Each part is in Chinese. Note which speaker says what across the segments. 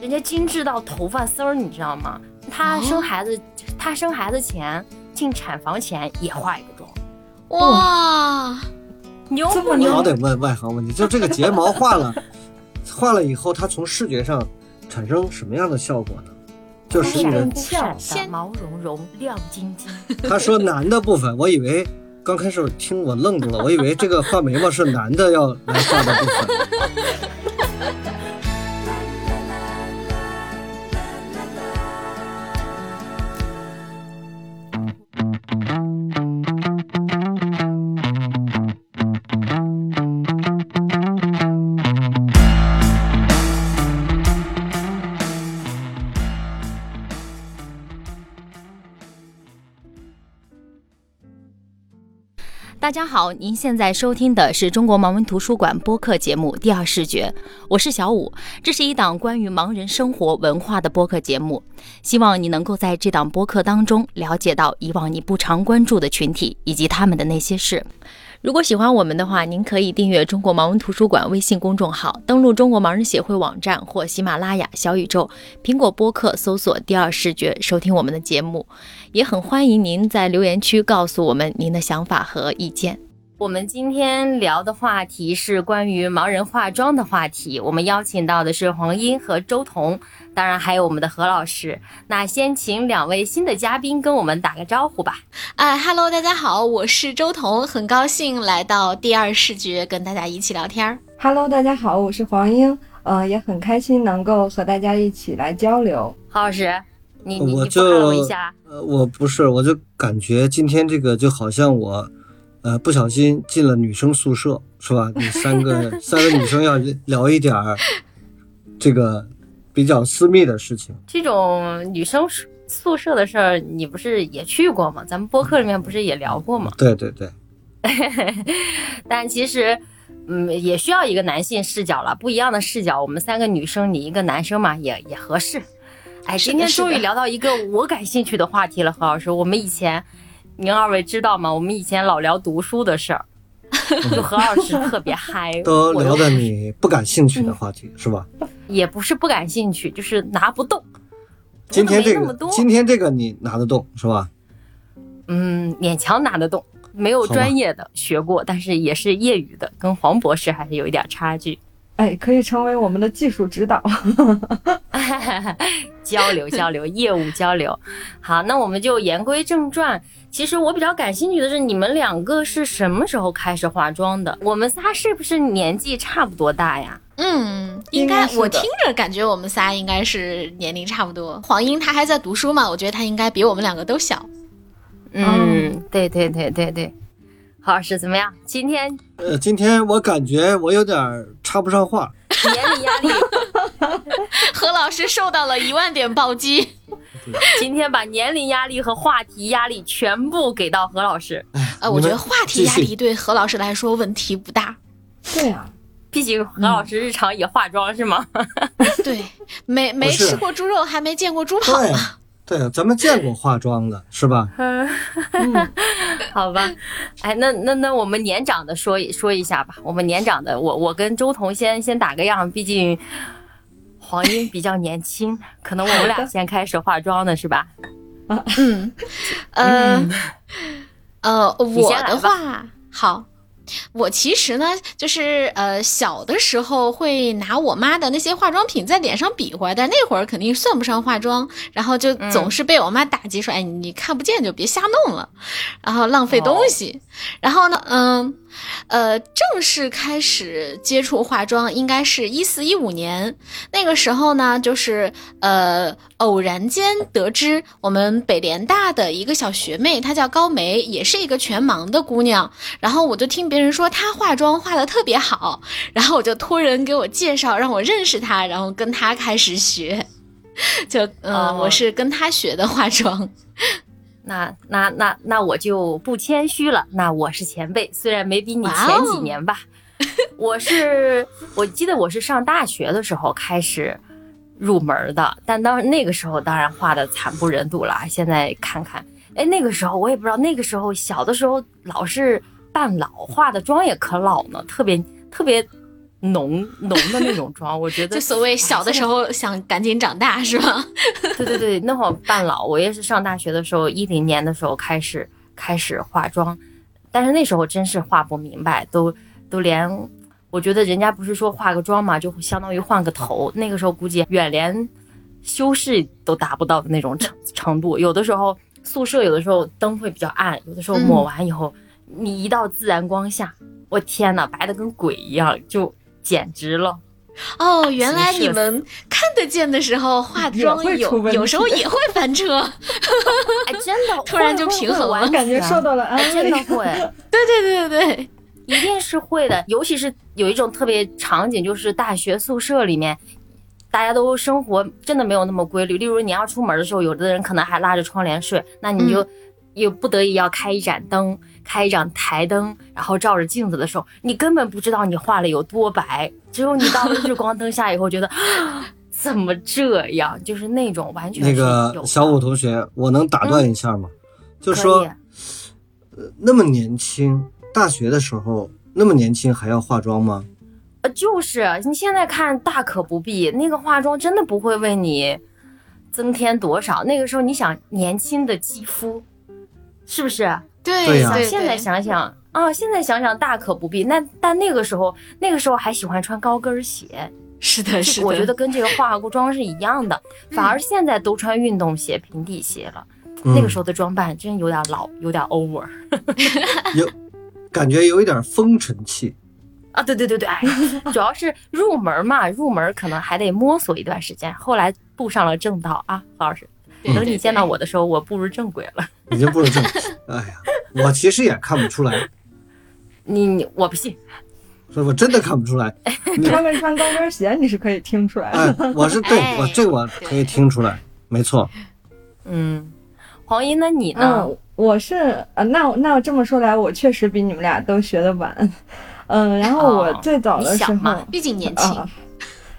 Speaker 1: 人家精致到头发丝儿，你知道吗？她生孩子，她生孩子前进产房前也化一个妆，
Speaker 2: 哇，
Speaker 1: 牛
Speaker 3: 这
Speaker 1: 不
Speaker 3: 么你
Speaker 1: 牛
Speaker 3: 好？得问外行问题，就这个睫毛画了，画了以后，它从视觉上产生什么样的效果呢？就使你
Speaker 1: 闪
Speaker 3: 们
Speaker 1: 闪闪闪，
Speaker 2: 先
Speaker 1: 毛茸茸，亮晶晶。
Speaker 3: 他说男的部分，我以为刚开始我听我愣住了，我以为这个画眉毛是男的要来画的部分。
Speaker 2: 大家好，您现在收听的是中国盲文图书馆播客节目《第二视觉》，我是小五。这是一档关于盲人生活文化的播客节目，希望你能够在这档播客当中了解到以往你不常关注的群体以及他们的那些事。如果喜欢我们的话，您可以订阅中国盲文图书馆微信公众号，登录中国盲人协会网站或喜马拉雅、小宇宙、苹果播客搜索“第二视觉”收听我们的节目。也很欢迎您在留言区告诉我们您的想法和意见。
Speaker 1: 我们今天聊的话题是关于盲人化妆的话题，我们邀请到的是黄英和周彤，当然还有我们的何老师。那先请两位新的嘉宾跟我们打个招呼吧。
Speaker 4: 哎哈喽，大家好，我是周彤，很高兴来到第二视觉跟大家一起聊天儿。
Speaker 5: Hello，大家好，我是黄英，呃，也很开心能够和大家一起来交流。
Speaker 1: 何老师， 你你
Speaker 3: 我
Speaker 1: 你不
Speaker 3: 就
Speaker 1: 看了我一下，啊
Speaker 3: 呃，我不是，我就感觉今天这个就好像我，呃，不小心进了女生宿舍，是吧？你三个三个女生要聊一点儿这个比较私密的事情。
Speaker 1: 这种女生宿宿舍的事儿，你不是也去过吗？咱们播客里面不是也聊过吗？
Speaker 3: 对对对，
Speaker 1: 但其实，嗯，也需要一个男性视角了，不一样的视角。我们三个女生，你一个男生嘛，也也合适。哎，
Speaker 4: 是的
Speaker 1: 今天
Speaker 4: 是的
Speaker 1: 终于聊到一个我感兴趣的话题了，何老师。我们以前，您二位知道吗？我们以前老聊读书的 事儿，就何老师特别嗨，
Speaker 3: 都
Speaker 1: 我嗯又
Speaker 3: 聊的你不感兴趣的话题，是吧？
Speaker 1: 也不是不感兴趣，就是拿不动。读
Speaker 3: 今
Speaker 1: 的没
Speaker 3: 天这
Speaker 1: 那么
Speaker 3: 个
Speaker 1: 多，
Speaker 3: 今天这个你拿得动，是吧？
Speaker 1: 嗯，勉强拿得动，没有
Speaker 3: 好吧
Speaker 1: 专业的学过，但是也是业余的，跟黄博士还是有一点差距。
Speaker 5: 哎，可以成为我们的技术 指导。
Speaker 1: 交流交流，业务交流。好，那我们就言归正传。其实我比较感兴趣的是，你们两个是什么时候开始化妆的？我们仨是不是年纪差不多大呀？
Speaker 4: 嗯，应
Speaker 5: 应该
Speaker 4: 该
Speaker 5: 是的
Speaker 4: 我听着感觉我们仨应该是年龄差不多。黄英她还在读书嘛，我觉得她应该比我们两个都小。
Speaker 1: 嗯，对对对对对。何老师怎么样？今天
Speaker 3: 呃，今天我感觉我有点儿插不上话，
Speaker 1: 年龄压力，
Speaker 4: 何老师受到了一万点暴击，
Speaker 1: 今天把年龄压力和话题压力全部给到何老师。
Speaker 4: 呃，
Speaker 3: 哎你
Speaker 4: 我觉
Speaker 3: 们
Speaker 4: 得话题压
Speaker 3: 继
Speaker 4: 力
Speaker 3: 续
Speaker 4: 对何老师来说问题不大。
Speaker 5: 对 啊，
Speaker 1: 毕竟何老师日常也化妆、是吗？
Speaker 4: 对，没没
Speaker 3: 不是
Speaker 4: 吃过猪肉，还没见过猪跑
Speaker 3: 对
Speaker 4: 嘛。
Speaker 1: 啊
Speaker 3: 对，咱们见过化妆的，是吧？
Speaker 5: 嗯，
Speaker 1: 好吧，哎，那那那我们年长的说一说一下吧。我们年长的，我我跟周彤先先打个样，毕竟黄英比较年轻，可能我们俩先开始化妆的是吧？
Speaker 4: 嗯，呃，呃，
Speaker 1: 嗯你
Speaker 4: 我
Speaker 1: 先来
Speaker 4: 的
Speaker 1: 吧
Speaker 4: 话，好，我其实呢，就是呃，小的时候会拿我妈的那些化妆品在脸上比划，但那会儿肯定算不上化妆，然后就
Speaker 1: 嗯
Speaker 4: 总是被我妈打击说，哎，你看不见就别瞎弄了，然后浪费东西。
Speaker 1: 哦
Speaker 4: 然后呢，嗯、呃，正式开始接触化妆应该是一四一五年，那个时候呢，就是呃，偶然间得知我们北联大的一个小学妹，她叫高梅，也是一个全盲的姑娘。然后我就听别人说她化妆化的特别好，然后我就托人给我介绍，让我认识她，然后跟她开始学。就嗯、呃
Speaker 1: 哦
Speaker 4: 我是跟她学的化妆。
Speaker 1: 那那那那我就不谦虚了，那我是前辈，虽然没比你
Speaker 4: 哦
Speaker 1: 前几年吧，我 是我记得我是上大学的时候开始入门的，但当那个时候当然画的惨不忍睹了，啊现在看看，哎，那个时候我也不知道，那个时候小的时候老是扮老，化的妆也可老呢，特别特别浓浓的那种妆，我觉得
Speaker 4: 就所谓小的时候想赶紧长大是吧？
Speaker 1: 对对对，那会儿半老，我也是上大学的时候，一零年的时候开始开始化妆，但是那时候真是化不明白，都都连我觉得人家不是说化个妆嘛，就相当于换个头，那个时候估计远连修饰都达不到的那种程 程度，有的时候宿舍有的时候灯会比较暗，有的时候抹完以后，你一到自然光下，我天呐，白的跟鬼一样，就简直了。
Speaker 4: 哦，原来你们看得见的时候化妆
Speaker 5: 也会出
Speaker 4: 有
Speaker 5: 问题
Speaker 4: 有时候也会翻车，
Speaker 1: 哎，真 的，
Speaker 4: 突然就
Speaker 1: 会
Speaker 4: 平衡了
Speaker 1: 会完
Speaker 5: 感觉
Speaker 1: 全
Speaker 5: 受到了安
Speaker 1: 哎，真
Speaker 5: 慰
Speaker 1: 的。会，
Speaker 4: 对对对对对，
Speaker 1: 一定是会的。尤其是有一种特别场景，就是大学宿舍里面，大家都生活真的没有那么规律。例如你要出门的时候，有的人可能还拉着窗帘睡，那你
Speaker 3: 嗯
Speaker 1: 就也不得已要开一盏灯，开一盏台灯，然后照着镜子的时候，你根本不知道你画了有多白。只有你到了日光灯下以后，觉得 啊怎么这样，就是那种完全
Speaker 3: 那
Speaker 1: 是有
Speaker 3: 个
Speaker 1: 的嗯
Speaker 3: 小武同学，我能打断一下吗？就
Speaker 1: 可
Speaker 3: 说呃
Speaker 1: 以啊
Speaker 3: 那么年轻，大学的时候那么年轻还要化妆吗？
Speaker 1: 呃，就是你现在看大可不必，那个化妆真的不会为你增添多少。那个时候你想年轻的肌肤，是不是？
Speaker 4: 对
Speaker 3: 对呀
Speaker 4: 对，
Speaker 1: 现在想想啊，现在想想大可不必。那但那个时候，那个时候还喜欢穿高跟鞋，
Speaker 4: 是的，是
Speaker 1: 这个
Speaker 4: 呃的，
Speaker 1: 我觉得跟这个化过妆是一样的。反
Speaker 4: 嗯
Speaker 1: 而现在都穿运动鞋、平底鞋了。
Speaker 3: 嗯
Speaker 1: 那个时候的装扮真有点老，有点 over
Speaker 3: 候有感觉有一点风尘气。
Speaker 1: 啊！对对对对，哎呀主要是入门嘛，入门可能还得摸索一段时间。后来步上了正道啊，何老师。
Speaker 4: 嗯对
Speaker 1: 等你见到，
Speaker 4: 对
Speaker 1: 我的时候，我步入正轨了。
Speaker 3: 已经不是正， 哎呀，我其实也看不出来，
Speaker 1: 你你我不信，
Speaker 3: 说我真的看不出来。你
Speaker 5: 他们穿高跟鞋，你是可以听 出来的。
Speaker 3: 哎，我是对
Speaker 4: 哎
Speaker 3: 我这我可以听出来，没错。
Speaker 1: 嗯，黄英，那你呢？
Speaker 5: 嗯，我是呃，那那这么说来，我确实比你们俩都学的晚。嗯，然后我
Speaker 1: 哦
Speaker 5: 最早的
Speaker 1: 你
Speaker 5: 时
Speaker 1: 小
Speaker 5: 候，
Speaker 1: 嘛
Speaker 5: 啊
Speaker 4: 毕竟年轻，
Speaker 5: 啊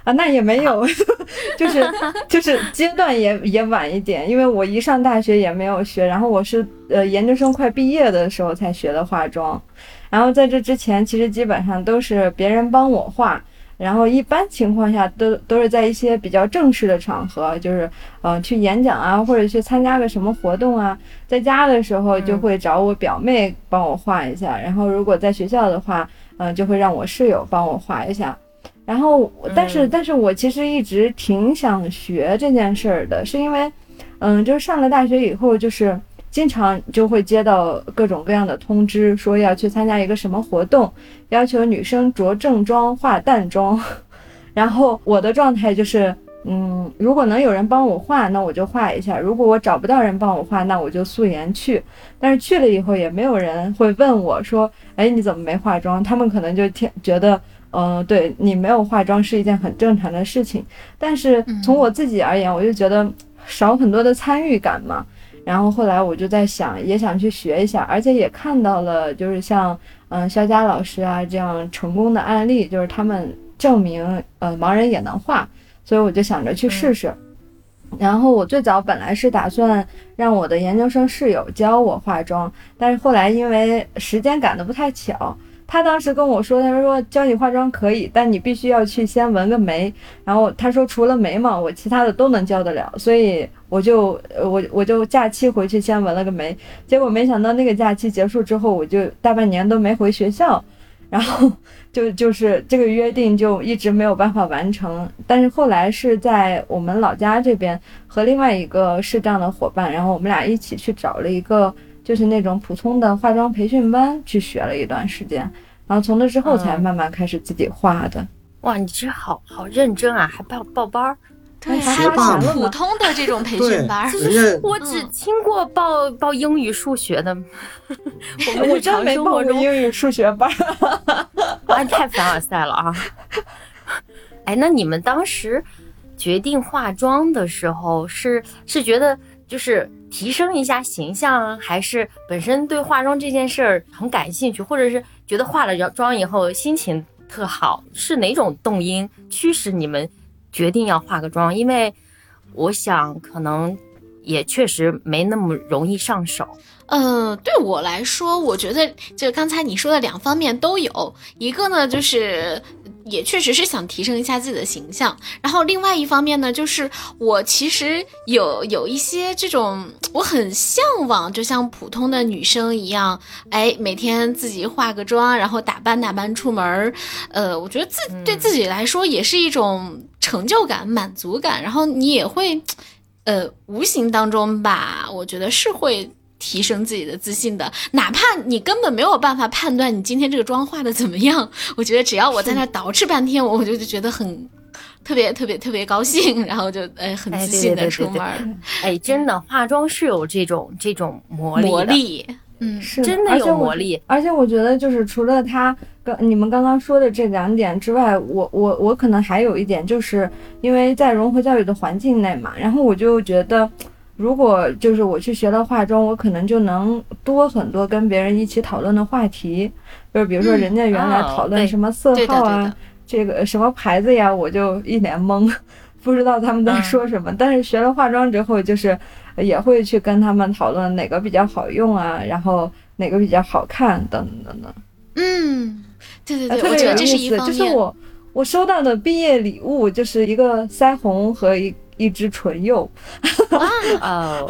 Speaker 5: 啊，那也没有， 就是就是阶段也也晚一点，因为我一上大学也没有学，然后我是呃研究生快毕业的时候才学的化妆，然后在这之前其实基本上都是别人帮我化。然后一般情况下都都是在一些比较正式的场合，就是呃去演讲啊，或者去参加个什么活动啊。在家的时候就
Speaker 1: 嗯
Speaker 5: 会找我表妹帮我画一下，然后如果在学校的话，嗯、就会让我室友帮我画一下。然后，但是，
Speaker 1: 嗯
Speaker 5: 但是我其实一直挺想学这件事儿的，是因为，嗯，就是上了大学以后，就是经常就会接到各种各样的通知，说要去参加一个什么活动，要求女生着正装、化淡妆。 然后我的状态就是，嗯，如果能有人帮我画，那我就画一下；如果我找不到人帮我画，那我就素颜去。但是去了以后，也没有人会问我说，哎，你怎么没化妆？他们可能就听觉得。嗯、对你没有化妆是一件很正常的事情，但是从我自己而言，我就觉得少很多的参与感嘛。然后后来我就在想，也想去学一下，而且也看到了，就是像嗯，肖佳老师啊这样成功的案例，就是他们证明呃盲人也能画，所以我就想着去试试。然后我最早本来是打算让我的研究生室友教我化妆，但是后来因为时间赶得不太巧，他当时跟我说，他说教你化妆可以，但你必须要去先纹个眉。然后他说除了眉毛，我其他的都能教得了，所以我就呃我我就假期回去先纹了个眉，结果没想到那个假期结束之后，我就大半年都没回学校，然后就就是这个约定就一直没有办法完成。但是后来是在我们老家这边和另外一个视障的伙伴，然后我们俩一起去找了一个就是那种普通的化妆培训班去学了一段时间，然后从那之后才
Speaker 1: 嗯
Speaker 5: 慢慢开始自己画的。
Speaker 1: 哇，你这好好认真啊，还报报班儿。
Speaker 4: 对啊
Speaker 5: 还
Speaker 4: 还
Speaker 3: 学霸
Speaker 5: 花
Speaker 3: 嘛
Speaker 5: 钱了
Speaker 4: 普
Speaker 5: 吗？
Speaker 4: 通的这种培
Speaker 3: 对，
Speaker 4: 训班
Speaker 5: 哎
Speaker 4: 儿，
Speaker 3: 人家
Speaker 1: 我只
Speaker 5: 嗯
Speaker 1: 听过报报英语、数学 的，我们
Speaker 5: 我
Speaker 1: 日
Speaker 5: 真
Speaker 1: 常
Speaker 5: 没
Speaker 1: 生
Speaker 5: 报
Speaker 1: 活
Speaker 5: 过
Speaker 1: 中
Speaker 5: 英语数学班儿。
Speaker 1: 哇，你哎太凡尔赛了啊！哎，那你们当时决定化妆的时候是，是觉得就是提升一下形象啊，还是本身对化妆这件事儿很感兴趣，或者是觉得化了妆以后心情特好？是哪种动因驱使你们决定要化个妆？因为我想可能也确实没那么容易上手。
Speaker 4: 呃，对我来说，我觉得就刚才你说的两方面都有，一个呢就是也确实是想提升一下自己的形象。然后另外一方面呢，就是我其实有有一些这种，我很向往，就像普通的女生一样，哎，每天自己化个妆，然后打扮打扮出门儿。呃，我觉得自对自己来说也是一种成就感、满足感。然后你也会，呃，无形当中吧，我觉得是会。提升自己的自信的，哪怕你根本没有办法判断你今天这个妆化的怎么样，我觉得只要我在那捯饬半天，我我就就觉得很特别特别特别高兴，然后就哎很自信的出门。
Speaker 1: 哎，真的化妆是有这种这种魔力，
Speaker 4: 魔力，嗯，
Speaker 5: 是
Speaker 1: 真的有魔力。
Speaker 5: 而且我觉得就是除了他跟你们刚刚说的这两点之外，我我我可能还有一点，就是因为在融合教育的环境内嘛，然后我就觉得。如果就是我去学了化妆，我可能就能多很多跟别人一起讨论的话题，就是比如说人家原来
Speaker 1: 哦
Speaker 5: 讨论什么色号啊，
Speaker 4: 嗯哦、
Speaker 5: 这个什么牌子呀，我就一脸懵，不知道他们在说什么。嗯、但是学了化妆之后，就是也会去跟他们讨论哪个比较好用啊，然后哪个比较好看等等等等。
Speaker 4: 嗯，对对对，
Speaker 5: 特
Speaker 4: 别有
Speaker 5: 意
Speaker 4: 思。
Speaker 5: 就是我我收到的毕业礼物就是一个腮红和一。一支唇釉，
Speaker 4: 哇
Speaker 1: 哦！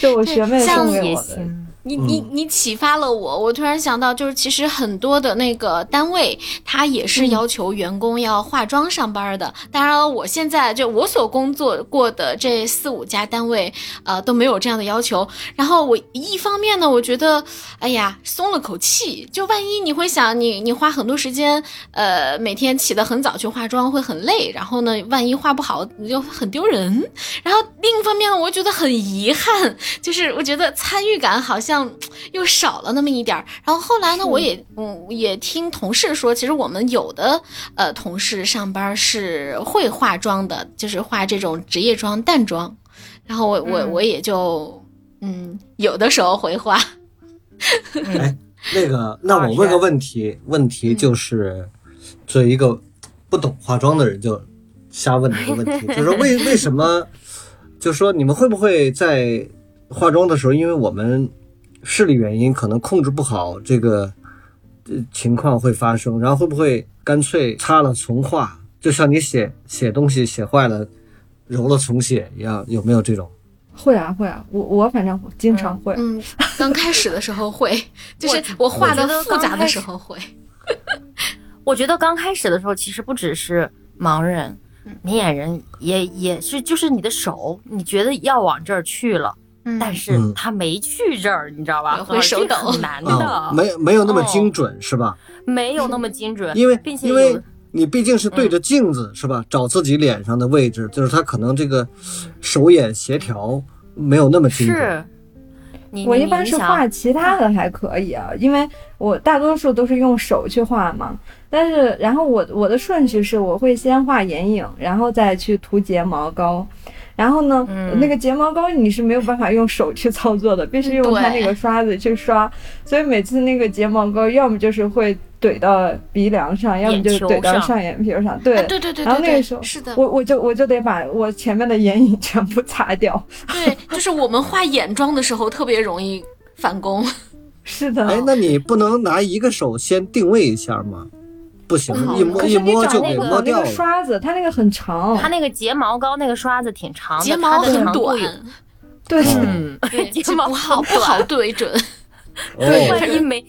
Speaker 5: 就我学妹送给我的。
Speaker 4: 你你你启发了我，我突然想到，就是其实很多的那个单位，他也是要求员工要化妆上班的。当然，我现在就我所工作过的这四五家单位，呃，都没有这样的要求。然后我一方面呢，我觉得，哎呀，松了口气。就万一你会想你，你你花很多时间，呃，每天起得很早去化妆会很累，然后呢，万一化不好，你就很丢人。然后另一方面呢，我觉得很遗憾，就是我觉得参与感好像。又少了那么一点儿，然后后来呢，我也嗯也听同事说，其实我们有的呃同事上班是会化妆的，就是化这种职业妆、淡妆，然后我我、
Speaker 1: 嗯、
Speaker 4: 我也就嗯有的时候会化。
Speaker 3: 哎，那个，那我问个问题，问题就是作为一个不懂化妆的人，就瞎问这个问题，就是为为什么，就说你们会不会在化妆的时候，因为我们。视力原因可能控制不好这个呃情况会发生，然后会不会干脆擦了重画？就像你写写东西写坏了，揉了重写一样，有没有这种？
Speaker 5: 会啊会啊，我我反正经常会。
Speaker 4: 嗯，刚开始的时候 会，就是我画的复杂的时候会。
Speaker 1: 我觉得刚开始的时候，其实不只是盲人、明眼人，也也是就是你的手，你觉得要往这儿去了。
Speaker 4: 嗯啊
Speaker 1: 但是
Speaker 3: 嗯
Speaker 1: 他没去这儿，你知道吧？
Speaker 4: 会手抖，
Speaker 1: 很难的，
Speaker 3: 啊没没有那
Speaker 5: 哦
Speaker 3: 么精准，是吧？
Speaker 1: 没有那么精准，
Speaker 3: 因为
Speaker 1: 并且
Speaker 3: 因为你毕竟是
Speaker 5: 嗯
Speaker 3: 对着镜子，是吧？找自己脸上的位置，就是他可能这个手眼协调没有那么精
Speaker 1: 准。是，
Speaker 5: 我一般是画其他的还可以啊，因为我大多数都是用手去画嘛。但是，然后我我的顺序是，我会先画眼影，然后再去涂睫毛膏。然后呢，
Speaker 1: 嗯、
Speaker 5: 那个睫毛膏你是没有办法用手去操作的，必须用它那个刷子去刷。所以每次那个睫毛膏，要么就是会怼到鼻梁上，要么就怼到上眼皮上。对、
Speaker 4: 啊、对对对。
Speaker 5: 然后那个时候，
Speaker 4: 是的，
Speaker 5: 我我就我就得把我前面的眼影全部擦掉。
Speaker 4: 对，就是我们画眼妆的时候特别容易返工。
Speaker 5: 是的。
Speaker 3: 哎，那你不能拿一个手先定位一下吗？不行，
Speaker 5: 哦
Speaker 3: 一摸一摸就给摸掉了。
Speaker 5: 那个刷子，它那个很长，
Speaker 1: 它那个睫毛膏那个刷子挺啊长的，
Speaker 4: 睫毛
Speaker 1: 很
Speaker 4: 短，
Speaker 5: 对，
Speaker 1: 嗯，
Speaker 4: 睫毛不好不好对准。
Speaker 3: 哦
Speaker 5: 对，
Speaker 1: 万一没，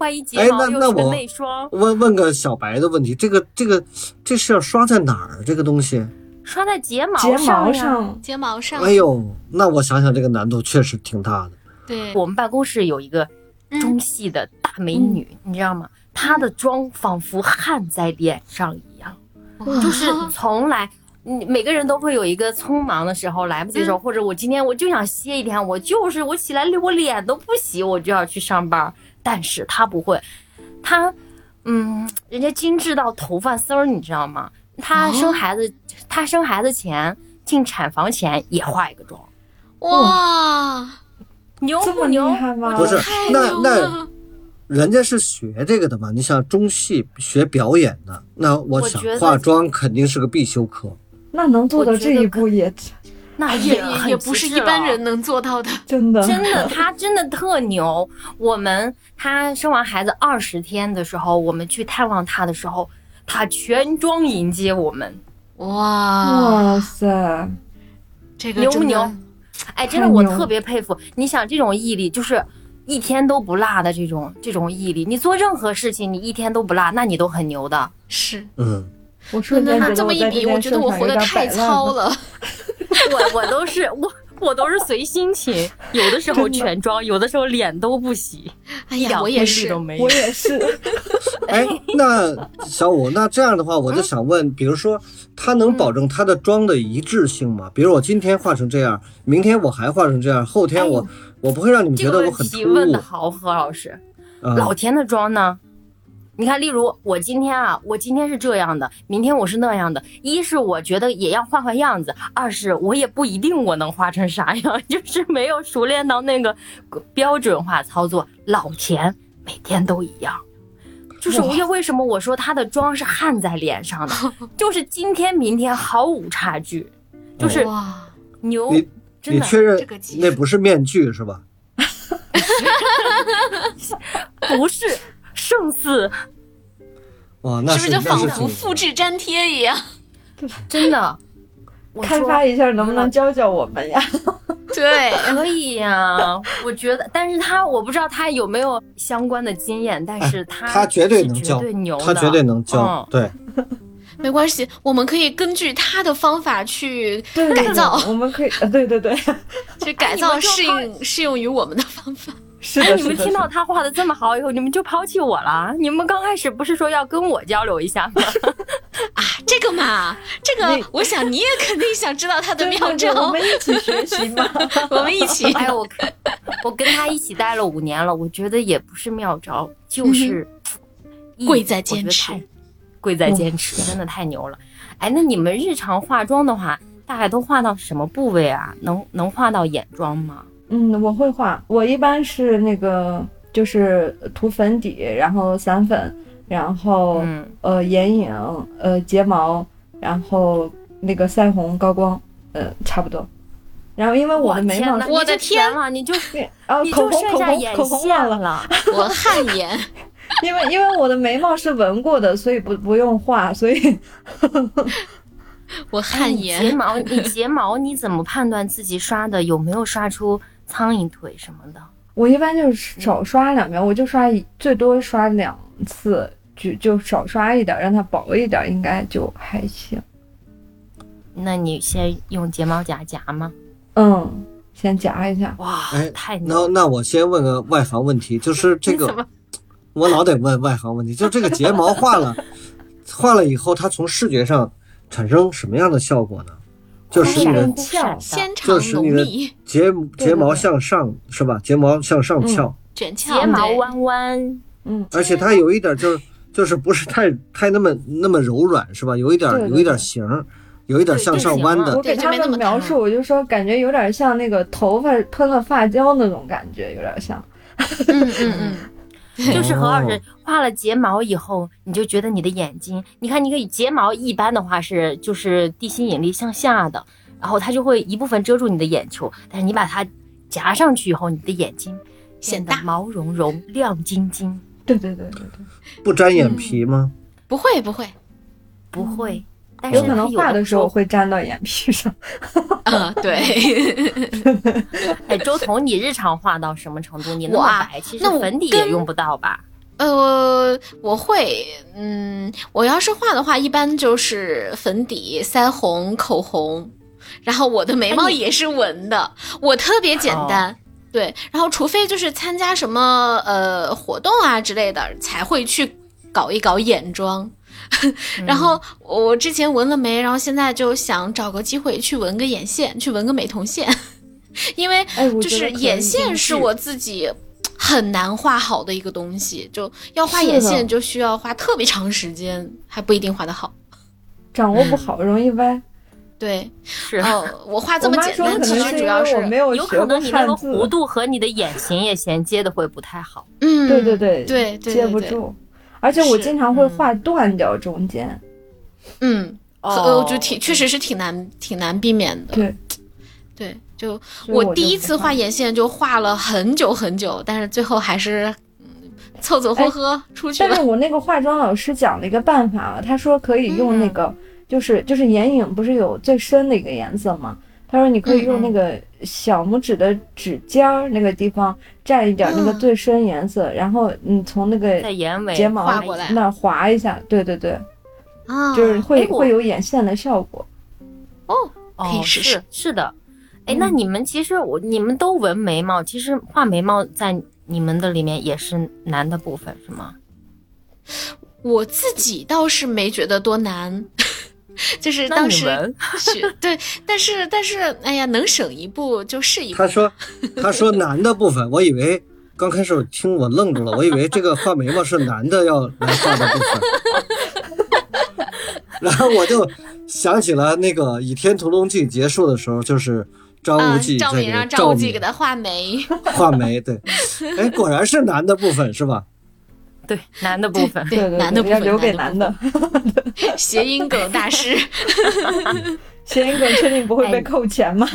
Speaker 1: 万一
Speaker 3: 哎
Speaker 1: 睫毛又是内双。
Speaker 3: 问问个小白的问题，这个这个这是要刷在哪儿？这个东西
Speaker 1: 刷在睫毛
Speaker 5: 睫毛
Speaker 1: 上，
Speaker 4: 睫毛上。
Speaker 3: 哎呦，那我想想，这个难度确实挺大的。
Speaker 4: 对，嗯
Speaker 1: 我们办公室有一个中戏的大美女，你知道吗？她的妆仿佛汗在脸上一样，就是从来。你每个人都会有一个匆忙的时候，来不及的时候，或者我今天我就想歇一天，我就是我起来我脸都不洗，我就要去上班。但是她不会，她，嗯，人家精致到头发丝儿，你知道吗？她生孩子，她生孩子前进产房前也化一个妆，
Speaker 4: 哇。
Speaker 1: 牛
Speaker 5: 不
Speaker 1: 牛？
Speaker 5: 吗？
Speaker 3: 不是，那
Speaker 4: 牛
Speaker 3: 那
Speaker 4: 了
Speaker 3: 人家是学这个的嘛？你想中戏学表演的，那我
Speaker 1: 我
Speaker 3: 想
Speaker 1: 觉得
Speaker 3: 化妆肯定是个必修课。
Speaker 5: 那能做到这一步也
Speaker 1: 那
Speaker 4: 哎
Speaker 1: 也
Speaker 4: 也也
Speaker 1: 很
Speaker 4: 也不
Speaker 1: 极
Speaker 4: 是
Speaker 1: 致
Speaker 4: 一般
Speaker 1: 了
Speaker 4: 人能做到的。
Speaker 5: 真的
Speaker 1: 真的，她真的特 牛。我们她生完孩子二十天的时候，我们去探望她的时候，他全装迎接我们，
Speaker 4: 哇，
Speaker 5: 哇塞，
Speaker 4: 这个
Speaker 1: 牛不
Speaker 4: 真的
Speaker 1: 牛？哎，真的
Speaker 5: 太
Speaker 1: 我
Speaker 5: 牛了
Speaker 1: 特别佩服。你想这种毅力，就是一天都不落的这种这种毅力，你做任何事情你一天都不落，那你都很牛的。
Speaker 4: 是，
Speaker 3: 嗯，
Speaker 5: 我瞬间
Speaker 4: 那
Speaker 5: 觉
Speaker 4: 这
Speaker 5: 得
Speaker 4: 么
Speaker 5: 我
Speaker 4: 一
Speaker 5: 在这
Speaker 4: 比，我
Speaker 5: 件
Speaker 4: 觉得
Speaker 5: 事
Speaker 4: 我
Speaker 5: 上有
Speaker 4: 活得
Speaker 5: 点
Speaker 4: 太
Speaker 5: 摆
Speaker 4: 糙
Speaker 5: 烂了。
Speaker 4: 了。
Speaker 1: 我我都是我我都是随心情，有的时候全装，有的时候脸都不 洗，
Speaker 4: 哎
Speaker 1: 一
Speaker 4: 呀，
Speaker 1: 点
Speaker 4: 我
Speaker 1: 规
Speaker 4: 也
Speaker 1: 律
Speaker 4: 是
Speaker 1: 都，没有
Speaker 5: 我。也是，
Speaker 3: 哎，那小五，那这样的话，我就想问，比如说，他能保证他的妆的一致性吗？比如我今天画成这样，明天我还画成这样，后天我我不会让你们
Speaker 1: 哎这
Speaker 3: 觉
Speaker 1: 个
Speaker 3: 得
Speaker 1: 问
Speaker 3: 我很突
Speaker 1: 题问
Speaker 3: 兀
Speaker 1: 的好，何老师。
Speaker 3: 啊
Speaker 1: 老？田的妆呢？你看，例如我今天啊，我今天是这样的，明天我是那样的。一是我觉得也要换换样子，二是我也不一定我能画成啥样， 就是没有熟练到那个标准化操作。老田每天都一样，就是
Speaker 5: 哇
Speaker 1: 无为什么我说他的妆是焊在脸上的， 就是今天明天毫无差距，就是
Speaker 4: 哇，
Speaker 1: 牛
Speaker 3: 你，
Speaker 1: 真
Speaker 3: 你
Speaker 1: 的
Speaker 3: 确认
Speaker 4: 这个技
Speaker 3: 那
Speaker 4: 术
Speaker 3: 不是面具是吧？
Speaker 1: 不是胜似，
Speaker 3: 哇，哦那
Speaker 4: 是不是就
Speaker 3: 那
Speaker 4: 仿
Speaker 3: 是
Speaker 4: 佛
Speaker 3: 挺
Speaker 4: 复制粘贴一样？
Speaker 1: 真的。我
Speaker 5: 开
Speaker 1: 说
Speaker 5: 发一下能不能教教我们 呀？
Speaker 4: 对，
Speaker 1: 可以呀、我觉得，但是他我不知道他有没有相关的经验，但是哎他
Speaker 3: 他绝对
Speaker 1: 是
Speaker 3: 能
Speaker 1: 绝
Speaker 3: 教
Speaker 1: 对牛，的，
Speaker 3: 他绝对能教
Speaker 1: 嗯，
Speaker 3: 对，
Speaker 4: 没关系，我们可以根据他的方法去
Speaker 5: 对
Speaker 4: 改造，
Speaker 5: 我们可以，呃对对对，
Speaker 4: 去改
Speaker 1: 哎你
Speaker 4: 造
Speaker 1: 们就
Speaker 4: 适应适用于我们的方法。
Speaker 5: 是
Speaker 1: 哎，
Speaker 5: 的，
Speaker 1: 你们
Speaker 5: 是的
Speaker 1: 听到
Speaker 5: 是的
Speaker 1: 他画的这么好以后，你们就抛弃我了？你们刚开始不是说要跟我交流一下吗？
Speaker 4: 啊， 这个嘛，这
Speaker 5: 你
Speaker 4: 个我想你也肯定想知道它的
Speaker 5: 对
Speaker 4: 妙
Speaker 5: 对对，我
Speaker 4: 招
Speaker 5: 们，一起学习嘛。
Speaker 4: 我们一起。
Speaker 1: 哎， 我我跟他一起待了五年了，我觉得也不是妙招，就是、一
Speaker 4: 贵在坚持，
Speaker 1: 我觉得太贵在坚持，真的太牛了。哎，那你们日常化妆的话，大概都化到什么部位啊？能能化到眼妆吗？
Speaker 5: 嗯，我会画，我一般是那个就是涂粉底，然后散粉，然后、
Speaker 1: 嗯
Speaker 5: 呃眼影，呃睫毛，然后那个腮红、高光，呃差不多。然后因为我的眉毛
Speaker 1: 天哪
Speaker 5: 是，
Speaker 4: 我的
Speaker 1: 你就全
Speaker 4: 天
Speaker 1: 了，你就
Speaker 5: 对 啊
Speaker 1: 你
Speaker 5: 口
Speaker 1: 就
Speaker 5: 红
Speaker 1: 剩
Speaker 5: 口
Speaker 1: 下
Speaker 5: 红
Speaker 1: 眼
Speaker 5: 口红忘
Speaker 1: 线
Speaker 5: 了，
Speaker 1: 了。
Speaker 4: 我汗颜，
Speaker 5: 因为因为我的眉毛是纹过的，所以不不用画，所以
Speaker 4: 我
Speaker 1: 哎
Speaker 4: 汗
Speaker 1: 你睫
Speaker 4: 颜。
Speaker 1: 毛，你睫毛你怎么判断自己刷的有没有刷出苍蝇腿什么的？
Speaker 5: 我一般就是
Speaker 1: 嗯
Speaker 5: 少刷两遍，我就刷一最多刷两次，就就少刷一点，让它薄一点，应该就还行。
Speaker 1: 那你先用睫毛夹夹吗？
Speaker 5: 嗯，先夹一下。
Speaker 1: 哇
Speaker 3: 哎，
Speaker 1: 太牛
Speaker 3: 那
Speaker 1: 了！
Speaker 3: 那我先问个外行问题，就是这
Speaker 1: 你怎么
Speaker 3: 个，我老得问外行问题，就这个睫毛画了，画了以后，它从视觉上产生什么样的效果呢？就
Speaker 1: 忽
Speaker 3: 使你
Speaker 1: 闪
Speaker 3: 的
Speaker 1: 忽闪的
Speaker 4: 纤长
Speaker 3: 就是你
Speaker 4: 浓
Speaker 3: 的
Speaker 4: 密，
Speaker 3: 睫
Speaker 5: 对
Speaker 3: 睫毛向上是吧？睫毛向上翘，
Speaker 4: 卷翘，
Speaker 1: 睫毛
Speaker 4: 对
Speaker 1: 弯弯，
Speaker 5: 嗯，
Speaker 3: 而且它有一点就是就是不是太太那么那么柔软是吧？有一点
Speaker 5: 对对
Speaker 3: 有一点
Speaker 5: 对
Speaker 3: 形儿，有一点向上弯
Speaker 1: 哦对
Speaker 3: 的
Speaker 5: 我，
Speaker 4: 对
Speaker 5: 给他
Speaker 4: 就没那
Speaker 5: 们
Speaker 4: 么
Speaker 5: 描
Speaker 1: 啊
Speaker 5: 述，我就说感觉有点像那个头发喷了发胶那种感觉，有点像。
Speaker 4: 嗯嗯
Speaker 1: 就是何老师
Speaker 3: 哦
Speaker 1: 画了睫毛以后，你就觉得你的眼睛，你看你可以睫毛一般的话是就是地心引力向下的，然后它就会一部分遮住你的眼球，但是你把它夹上去以后，你的眼睛
Speaker 4: 嗯，
Speaker 1: 显
Speaker 4: 显
Speaker 1: 得
Speaker 4: 大
Speaker 1: 毛茸茸、亮晶晶，
Speaker 5: 对对对对对，
Speaker 3: 不粘眼
Speaker 5: 嗯
Speaker 3: 皮吗？
Speaker 4: 不会不 会，
Speaker 1: 不会。但是
Speaker 5: 哎有可能画的时候会粘到眼皮上。
Speaker 4: 嗯对，
Speaker 1: 哎，周彤，你日常画到什么程度？你那
Speaker 4: 我
Speaker 1: 么
Speaker 4: 啊
Speaker 1: 白，其实
Speaker 4: 那我
Speaker 1: 粉底
Speaker 4: 跟
Speaker 1: 也用不到吧？
Speaker 4: 呃，我会，嗯，我要是画的话，一般就是粉底、腮红、口红，然后我的眉毛也是纹的，我特别简单。对，然后除非就是参加什么呃活动啊之类的，才会去搞一搞眼妆。
Speaker 1: 嗯
Speaker 4: 然后我之前纹了眉，然后现在就想找个机会去纹个眼线，去纹个美瞳线， 因为
Speaker 5: 哎，我
Speaker 4: 就
Speaker 5: 觉得
Speaker 4: 是
Speaker 5: 可以
Speaker 4: 眼线是我自己很难画好的一个东西，就要画眼
Speaker 5: 是的
Speaker 4: 线就需要花特别长时间，还不一定画得好。
Speaker 5: 掌握不好，容易歪。
Speaker 4: 对，
Speaker 1: 是
Speaker 4: 哦，我画这
Speaker 5: 我
Speaker 4: 么
Speaker 5: 妈
Speaker 4: 简
Speaker 5: 说可
Speaker 4: 单，
Speaker 5: 能
Speaker 4: 其实
Speaker 5: 是
Speaker 4: 主
Speaker 5: 因
Speaker 4: 要
Speaker 5: 为
Speaker 4: 是
Speaker 5: 我没有
Speaker 1: 有
Speaker 5: 学
Speaker 1: 可
Speaker 5: 过
Speaker 1: 能你那
Speaker 5: 汉
Speaker 1: 个
Speaker 5: 字，
Speaker 1: 弧度和你的眼型也衔接的会不太好。
Speaker 4: 嗯，
Speaker 5: 对对对
Speaker 4: 对对
Speaker 5: 接不，
Speaker 4: 对对
Speaker 5: 住。而且我
Speaker 4: 是
Speaker 5: 经常会画断掉中间，
Speaker 4: 嗯，呃，
Speaker 1: 哦
Speaker 4: 我就挺确实是挺难挺难避免的。
Speaker 5: 对，
Speaker 4: 对，就
Speaker 5: 所以
Speaker 4: 我
Speaker 5: 就
Speaker 4: 第一
Speaker 5: 不
Speaker 4: 次画眼线就画了很久很久，但是最后还是。嗯凑凑合合出去
Speaker 5: 哎但是
Speaker 4: 了。
Speaker 5: 我那个化妆老师讲了一个办法啊，他说可以
Speaker 4: 嗯
Speaker 5: 用那个，就是就是眼影不是有最深的一个颜色吗？他说你可以用
Speaker 4: 嗯
Speaker 5: 那个小拇指的指尖儿那个地方蘸一点那个
Speaker 4: 嗯
Speaker 5: 最深颜色，然后你从那个
Speaker 1: 在眼尾
Speaker 5: 睫毛
Speaker 1: 画
Speaker 4: 划过来
Speaker 5: 那儿划一下，对对对，
Speaker 4: 啊，
Speaker 5: 就是会
Speaker 1: 哎我
Speaker 5: 会有眼线的效果。
Speaker 4: 哦，
Speaker 1: 哦，
Speaker 4: 可以试试嗯
Speaker 1: 是是的，哎，那你们其实我你们都纹眉毛，其实画眉毛在你们的里面也是难的部分是吗？
Speaker 4: 我自己倒是没觉得多难， 就是
Speaker 1: 那
Speaker 4: 当
Speaker 1: 你
Speaker 4: 时
Speaker 1: 纹
Speaker 4: 学对，但是但是哎呀，能省一步就是一步
Speaker 3: 他。 说，他说男的部分，我以为刚开始我听我愣住了，我以为这个画眉毛是男的要来画的部分， 然后我就想起了那个《倚天屠龙记》结束的时候，就是张无
Speaker 4: 啊
Speaker 3: 忌，在
Speaker 4: 赵敏
Speaker 3: 给
Speaker 4: 让
Speaker 3: 赵
Speaker 4: 赵无忌
Speaker 3: 敏
Speaker 4: 给他画眉，
Speaker 3: 画眉， 对，哎，果然是男的部分是吧？
Speaker 1: 对，难的部分。
Speaker 5: 对对对，
Speaker 4: 男的部
Speaker 5: 要
Speaker 4: 分
Speaker 5: 留给
Speaker 4: 男
Speaker 5: 男
Speaker 4: 的
Speaker 5: 的
Speaker 4: 部，分，谐音梗大师。
Speaker 5: 谐音梗确定不会
Speaker 1: 哎
Speaker 5: 被扣钱吗？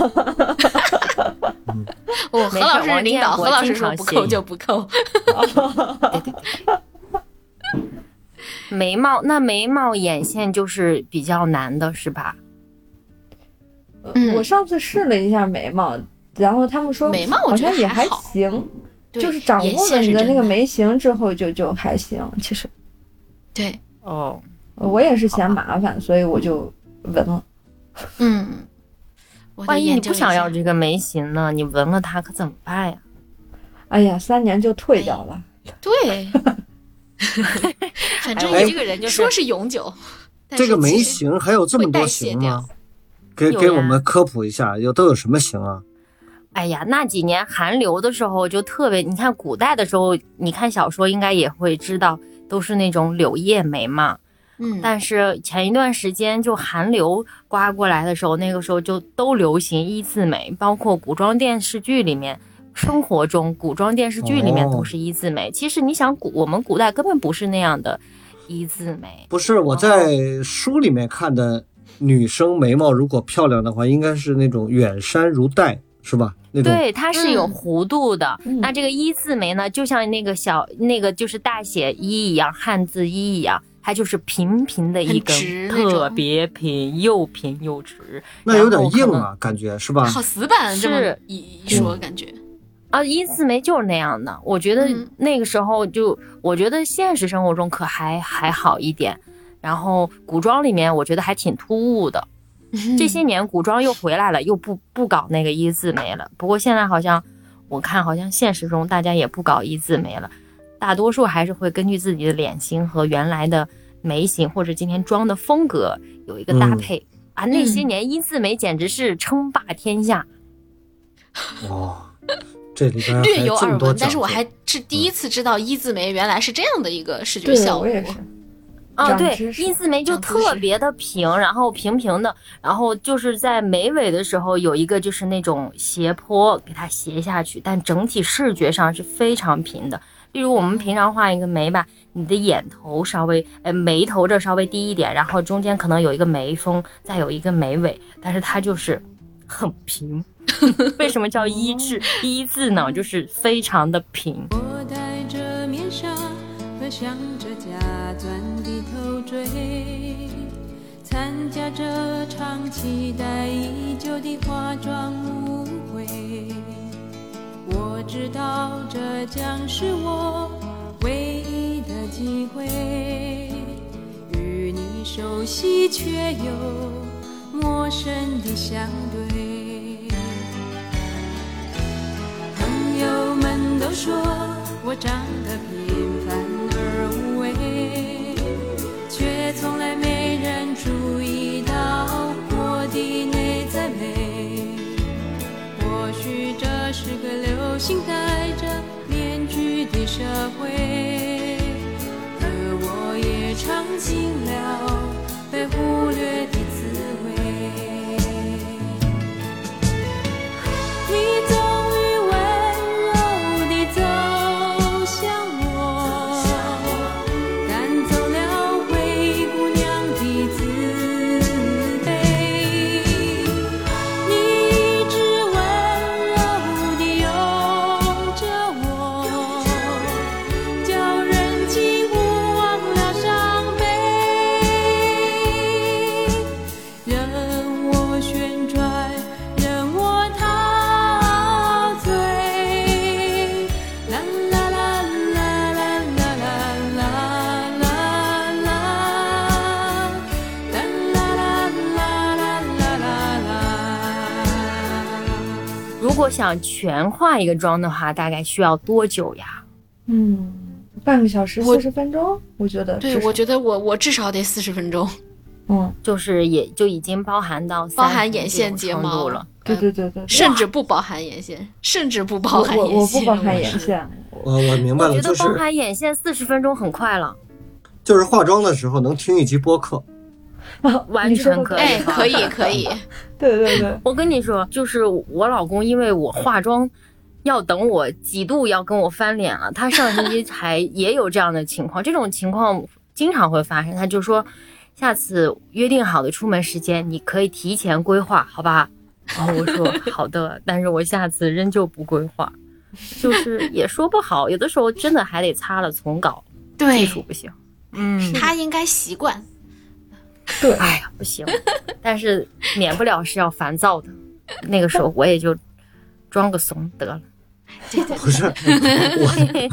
Speaker 4: 哦，何
Speaker 1: 没事
Speaker 4: 老师
Speaker 1: 王
Speaker 4: 领
Speaker 1: 建
Speaker 4: 导，
Speaker 1: 国
Speaker 4: 何老师
Speaker 1: 经
Speaker 4: 说
Speaker 1: 常
Speaker 4: 不
Speaker 1: 谐
Speaker 4: 扣
Speaker 1: 音
Speaker 4: 就不扣。
Speaker 1: 眉毛那眉毛眼线就是比较难的是吧？
Speaker 4: 嗯
Speaker 5: 我上次试了一下眉毛，然后他们说
Speaker 4: 眉毛我
Speaker 5: 好
Speaker 4: 觉得
Speaker 5: 像也
Speaker 4: 还
Speaker 5: 还
Speaker 4: 好
Speaker 5: 行，
Speaker 4: 对
Speaker 5: 就是掌
Speaker 4: 眼
Speaker 5: 握了
Speaker 4: 线
Speaker 5: 你
Speaker 4: 是
Speaker 5: 的那
Speaker 4: 真
Speaker 5: 个眉形之后就就还行。其实
Speaker 4: 对，
Speaker 1: 哦，
Speaker 5: 我也是嫌麻烦，所以我就纹了。
Speaker 4: 嗯，我得
Speaker 1: 万一
Speaker 4: 研
Speaker 1: 你
Speaker 4: 究
Speaker 1: 不
Speaker 4: 一
Speaker 1: 想
Speaker 4: 下
Speaker 1: 要这个眉形呢？你纹了它可怎么办呀？
Speaker 5: 哎呀，三年就退掉了。
Speaker 4: 哎对，
Speaker 1: 哎，
Speaker 4: 反正
Speaker 1: 我
Speaker 4: 我
Speaker 1: 这个人就是
Speaker 4: 说是永久，但
Speaker 3: 这
Speaker 4: 是
Speaker 3: 个眉
Speaker 4: 其实
Speaker 3: 形还有这么多形
Speaker 4: 会代谢掉
Speaker 3: 吗？给
Speaker 1: 有
Speaker 3: 给
Speaker 1: 呀
Speaker 3: 我们科普一下，有都有什么形啊？
Speaker 1: 哎呀，那几年韩流的时候就特别，你看古代的时候，你看小说应该也会知道，都是那种柳叶眉嘛。
Speaker 4: 嗯，
Speaker 3: 啊
Speaker 1: 但是前一段时间就韩流刮过来的时候，那个时候就都流行一字眉，包括古装电视剧里面。生活中，古装电视剧里面
Speaker 3: 哦
Speaker 1: 都是一字眉。其实你想古，我们古代根本不是那样的一字眉。
Speaker 3: 不是我
Speaker 4: 哦
Speaker 3: 在书里面看的，女生眉毛如果漂亮的话，应该是那种远山如黛，是吧？那种
Speaker 1: 对，它是有
Speaker 4: 嗯
Speaker 1: 弧度的。
Speaker 5: 嗯
Speaker 1: 那这个一字眉呢，就像那个小那个就是大写一一样，汉字一一样，它就是平平的一
Speaker 4: 很
Speaker 1: 根
Speaker 4: 直，那
Speaker 1: 特
Speaker 4: 种
Speaker 1: 别平，又平又直。
Speaker 3: 那有点
Speaker 1: 然
Speaker 3: 硬
Speaker 1: 后可能
Speaker 3: 啊，感觉是吧？
Speaker 4: 好死板，这么
Speaker 1: 是
Speaker 4: 一一说
Speaker 3: 嗯
Speaker 4: 感觉，
Speaker 1: 啊，一字眉就是那样的。我觉得
Speaker 4: 嗯
Speaker 1: 那个时候就，我觉得现实生活中可还还好一点，然后古装里面我觉得还挺突兀的。
Speaker 4: 嗯
Speaker 1: 这些年古装又回来了，又不不搞那个一字眉了。不过现在好像我看好像现实中大家也不搞一字眉了，大多数还是会根据自己的脸型和原来的眉形或者今天妆的风格有一个搭
Speaker 3: 嗯
Speaker 1: 配、啊。那些年一字眉简直是称霸天下。
Speaker 3: 哦，这里边
Speaker 4: 略
Speaker 3: 嗯还
Speaker 4: 有
Speaker 3: 这
Speaker 4: 耳
Speaker 3: 么多
Speaker 4: 闻，但
Speaker 3: 讲
Speaker 4: 是
Speaker 3: 究嗯
Speaker 4: 我还是第一次知道一字眉原来是这样的一个视觉
Speaker 5: 对，
Speaker 4: 效
Speaker 5: 我
Speaker 4: 果。
Speaker 5: 也是。
Speaker 1: 啊，
Speaker 5: 长
Speaker 1: 对
Speaker 5: 知，识
Speaker 1: 一字眉就
Speaker 4: 长知
Speaker 1: 特
Speaker 4: 识
Speaker 1: 别的平，然后平平的，然后就是在眉尾的时候有一个就是那种斜坡给它斜下去，但整体视觉上是非常平的。例如我们平常画一个眉吧，你的眼头稍微，呃，眉头这稍微低一点，然后中间可能有一个眉峰，再有一个眉尾，但是它就是很平。为什么叫一字一字呢？就是非常的平。
Speaker 6: 我戴着面纱和镶着假钻的头坠，参加这场期待已久的化妆舞会。我知道这将是我唯一的机会，与你熟悉却又陌生的相对。朋友们都说我长得平凡而无味，却从来没人注意到我的内在美。或许这是个流行戴着面具的社会，而我也尝尽了被忽略的滋味。你终于温柔地走向我，赶走了灰姑娘的自卑。你一直温柔地拥着我，叫
Speaker 1: 如果想全化一个妆的话，大概需要多久呀？
Speaker 5: 嗯，半个小时
Speaker 4: 我
Speaker 5: 四十分钟，我觉得
Speaker 4: 对
Speaker 5: 至，少
Speaker 4: 我觉得我我至少得四十分钟，
Speaker 5: 嗯，
Speaker 1: 就是也就已经包含到
Speaker 4: 包含
Speaker 1: 30
Speaker 4: 眼线
Speaker 1: 这
Speaker 4: 睫
Speaker 1: 种程
Speaker 4: 毛
Speaker 1: 度了。
Speaker 5: 对
Speaker 4: 呃
Speaker 5: 对对对，对
Speaker 4: 甚至不包含眼线，甚至不包
Speaker 5: 我
Speaker 4: 含
Speaker 5: 我
Speaker 4: 眼
Speaker 5: 我不
Speaker 4: 线。
Speaker 5: 包含
Speaker 4: 我
Speaker 5: 眼
Speaker 4: 是，
Speaker 5: 线，
Speaker 3: 我我明白
Speaker 1: 我觉
Speaker 3: 了，嗯就
Speaker 1: 得包
Speaker 3: 是
Speaker 1: 含眼线四十分钟很快了，
Speaker 3: 就是化妆的时候能听一集播客，
Speaker 1: 完
Speaker 5: 你说
Speaker 1: 全
Speaker 5: 的
Speaker 1: 可以
Speaker 5: 对
Speaker 4: 哎，
Speaker 1: 吧。
Speaker 4: 可以可以，
Speaker 3: 嗯
Speaker 5: 对对对，
Speaker 1: 我跟你说，就是我老公，因为我化妆要等我几度要跟我翻脸了，他上星期还也有这样的情况，这种情况经常会发生。他就说，下次约定好的出门时间，你可以提前规划，好吧？然后我说好的，但是我下次仍旧不规划，就是也说不好，有的时候真的还得擦了重搞，技
Speaker 4: 对
Speaker 1: 术不行。嗯，
Speaker 4: 他应该习惯。
Speaker 1: 哎呀，不行，但是免不了是要烦躁的。那个时候我也就装个怂得了，
Speaker 3: 不 是我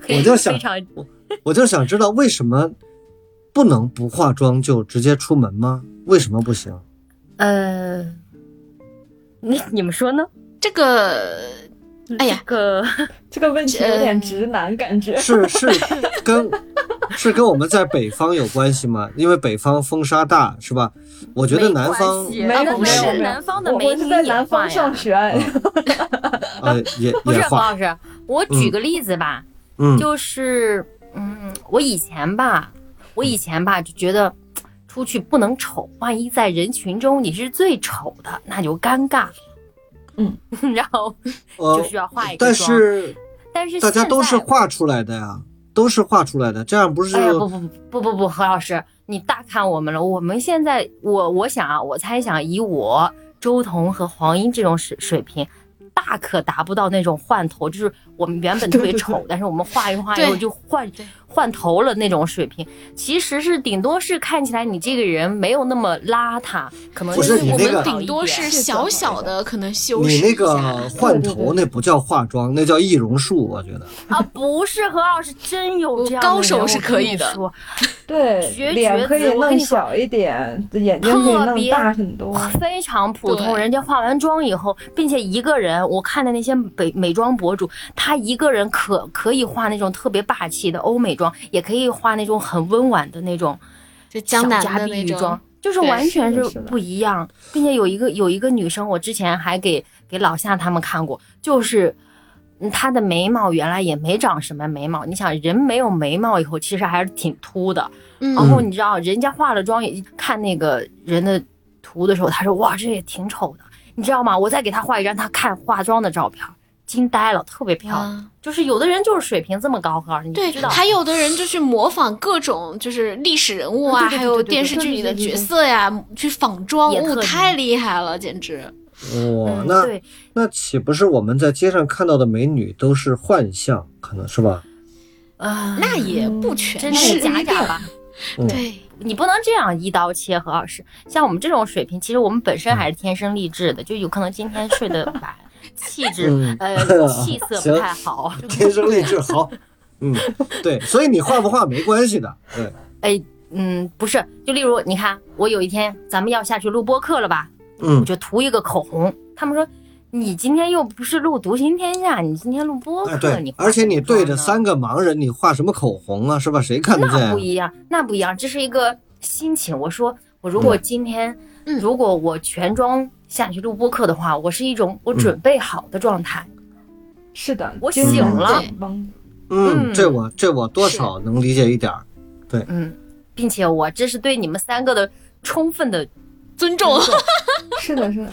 Speaker 1: 可以
Speaker 3: 我就想
Speaker 1: 非常
Speaker 3: 我就想知道为什么不能不化妆就直接出门吗？为什么不行？
Speaker 1: 呃，你你们说呢？
Speaker 4: 这个，哎呀，
Speaker 1: 这个
Speaker 5: 这个问题有
Speaker 4: 呃
Speaker 5: 点直男感 觉，
Speaker 3: 是是跟是跟我们在北方有关系吗？因为北方风沙大，是吧？我觉得南方
Speaker 1: 没
Speaker 5: 没
Speaker 4: 啊
Speaker 1: 关系
Speaker 5: 有
Speaker 1: 那
Speaker 5: 没有
Speaker 1: 是
Speaker 5: 没有
Speaker 1: 南方的
Speaker 5: 我
Speaker 1: 美
Speaker 5: 我是
Speaker 1: 女
Speaker 5: 在
Speaker 1: 也
Speaker 5: 南
Speaker 1: 化呀
Speaker 5: 方 上学，
Speaker 3: 呃也
Speaker 1: 不是
Speaker 3: 也
Speaker 1: 黄
Speaker 3: 化，
Speaker 1: 老师，我举个例子吧，
Speaker 3: 嗯，
Speaker 1: 就是嗯，我以前吧，我以前吧就觉得。出去不能丑，万一在人群中你是最丑的，那就尴尬。
Speaker 5: 嗯，
Speaker 1: 然后
Speaker 3: 呃
Speaker 1: 就，需要画一个
Speaker 3: 但
Speaker 1: 妆
Speaker 3: 是
Speaker 1: 但是
Speaker 3: 大家
Speaker 1: 现
Speaker 3: 都是
Speaker 1: 在
Speaker 3: 画出来的呀，都是画出来的，这样不是
Speaker 1: 哎呀，不不不不不，何老师，你大看我们了。我们现在，我我想啊，我猜想以我周彤和黄英这种水水平，大可达不到那种换头，就是我们 原本特别丑，但是我们画一画以后
Speaker 4: 对
Speaker 1: 就换
Speaker 4: 对
Speaker 1: 换头了那种水平。其实是顶多是看起来你这个人没有那么邋遢，可能
Speaker 3: 不
Speaker 1: 就是
Speaker 3: 你
Speaker 4: 我
Speaker 1: 我
Speaker 3: 那
Speaker 1: 们
Speaker 3: 个
Speaker 4: 们
Speaker 1: 好
Speaker 4: 顶
Speaker 1: 一
Speaker 4: 多
Speaker 1: 点
Speaker 4: 是小小的可能修饰
Speaker 3: 你
Speaker 4: 一
Speaker 3: 那个
Speaker 4: 下。
Speaker 3: 换头那不叫化妆，那叫易容术，我觉得。
Speaker 1: 啊，不是何老师真有这样的
Speaker 4: 高手
Speaker 1: 人
Speaker 4: 是
Speaker 1: 我
Speaker 4: 可
Speaker 1: 跟
Speaker 4: 以
Speaker 1: 你
Speaker 4: 的
Speaker 1: 说
Speaker 5: 对
Speaker 1: 绝，绝
Speaker 5: 脸可以
Speaker 1: 子我跟你
Speaker 5: 弄
Speaker 1: 说
Speaker 5: 小一点，眼睛可以
Speaker 1: 特
Speaker 5: 弄
Speaker 1: 别
Speaker 5: 大很多。
Speaker 1: 非常普通。
Speaker 4: 对
Speaker 1: 人家化完妆以后，并且一个人，我看的那些美美妆博主，他一个人可可以化那种特别霸气的欧美妆，也可以化那种很温婉的那种
Speaker 4: 就
Speaker 1: 小
Speaker 4: 江南
Speaker 1: 家
Speaker 4: 的
Speaker 1: 碧
Speaker 4: 那
Speaker 1: 玉
Speaker 4: 种
Speaker 1: 妆，，就是
Speaker 4: 对
Speaker 1: 完全
Speaker 5: 是的
Speaker 1: 是
Speaker 5: 是的
Speaker 1: 不一样。并且有一个有一个女生，我之前还给给老夏他们看过，就是。嗯她的眉毛原来也没长什么眉毛，你想人没有眉毛以后，其实还是挺秃的。然
Speaker 4: 嗯，
Speaker 1: 后你知道，人家化了妆也看那个人的图的时候，他说：“哇，这也挺丑的。”你知道吗？我再给他画一张他看化妆的照片，惊呆了，特别
Speaker 5: 嗯
Speaker 1: 漂亮。
Speaker 4: 啊
Speaker 1: 就是有的人就是水平这么高，哈，你
Speaker 4: 对，
Speaker 1: 知道。
Speaker 4: 还有的人就去模仿各种就是历史人物啊，
Speaker 5: 对对对对
Speaker 4: 还有电视剧里的角色呀，去仿妆，
Speaker 1: 也
Speaker 4: 哦
Speaker 1: 特，别
Speaker 4: 太厉害了，简直！
Speaker 3: 哇、
Speaker 1: 嗯
Speaker 3: 哦那
Speaker 1: 对，
Speaker 3: 那岂不是我们在街上看到的美女都是幻象？可能是吧？
Speaker 1: 啊，
Speaker 4: 那也不全
Speaker 1: 真是
Speaker 4: 嗯是，
Speaker 1: 假假吧？
Speaker 4: 对，
Speaker 1: 你不能这样一刀切，何老师。像我们这种水平，其实我们本身
Speaker 3: 嗯
Speaker 1: 还是天生丽质的，就有可能今天睡得晚，气质、
Speaker 3: 嗯
Speaker 1: 呃气色不
Speaker 3: 行
Speaker 1: 太好，
Speaker 3: 天生丽质 好，嗯，对，所以你化不化没关系的，对，
Speaker 1: 哎，嗯，不是，就例如你看，我有一天咱们要下去录播课了吧，我
Speaker 3: 嗯，
Speaker 1: 就涂一个口红。他们说你今天又不是录《独行天下》，你今天录播
Speaker 3: 哎
Speaker 1: 课，你
Speaker 3: 对，
Speaker 1: 化
Speaker 3: 而且
Speaker 1: 什么
Speaker 3: 你对
Speaker 1: 妆
Speaker 3: 着
Speaker 1: 呢
Speaker 3: 三个盲人，你画什么口红啊，是吧？谁看得见
Speaker 1: 那
Speaker 3: 啊
Speaker 1: 不？一样，那不一样，这是一个心情。我说，我如果今天，
Speaker 4: 嗯
Speaker 1: 如果我全妆下去录播课的话，我是一种
Speaker 3: 嗯
Speaker 1: 我准备好的状态。
Speaker 5: 是的，
Speaker 1: 我
Speaker 5: 精神
Speaker 1: 醒
Speaker 4: 了
Speaker 5: 紧绷
Speaker 3: 嗯，
Speaker 1: 嗯
Speaker 3: 这我这我多少能理解一点儿。
Speaker 1: 嗯，并且我这是对你们三个的充分 的
Speaker 4: 尊重。
Speaker 5: 是的，是的，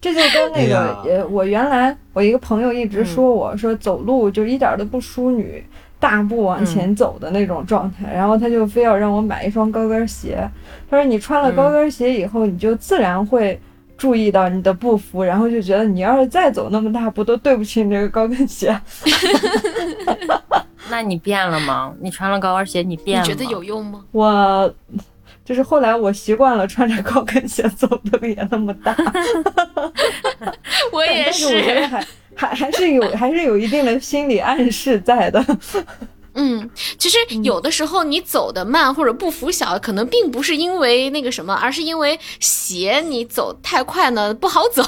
Speaker 5: 这就跟 那
Speaker 3: 哎
Speaker 5: 个
Speaker 3: 呀
Speaker 5: 呃，我原来我一个朋友一直说
Speaker 1: 嗯
Speaker 5: 我说走路就一点儿都不淑女，大步
Speaker 1: 嗯
Speaker 5: 往前走的那种状态，然后他就非要让我买一双高跟鞋，他说你穿了高跟鞋以后，你就自然会。注意到你的步幅，然后就觉得你要是再走那么大步，都对不起你这个高跟鞋。
Speaker 1: 那你变了吗？你穿了高跟鞋，你变
Speaker 4: 你
Speaker 1: 了吗？
Speaker 4: 觉得有用吗？
Speaker 5: 我就是后来我习惯了穿着高跟鞋走的也那么大，
Speaker 4: 我
Speaker 5: 但
Speaker 4: 也
Speaker 5: 但是我觉得还还还是有还是有一定的心理暗示在的。
Speaker 4: 嗯，其实有的时候你走得慢或者步幅小，可能并不是因为那个什么，而是因为鞋你走太快呢不好走。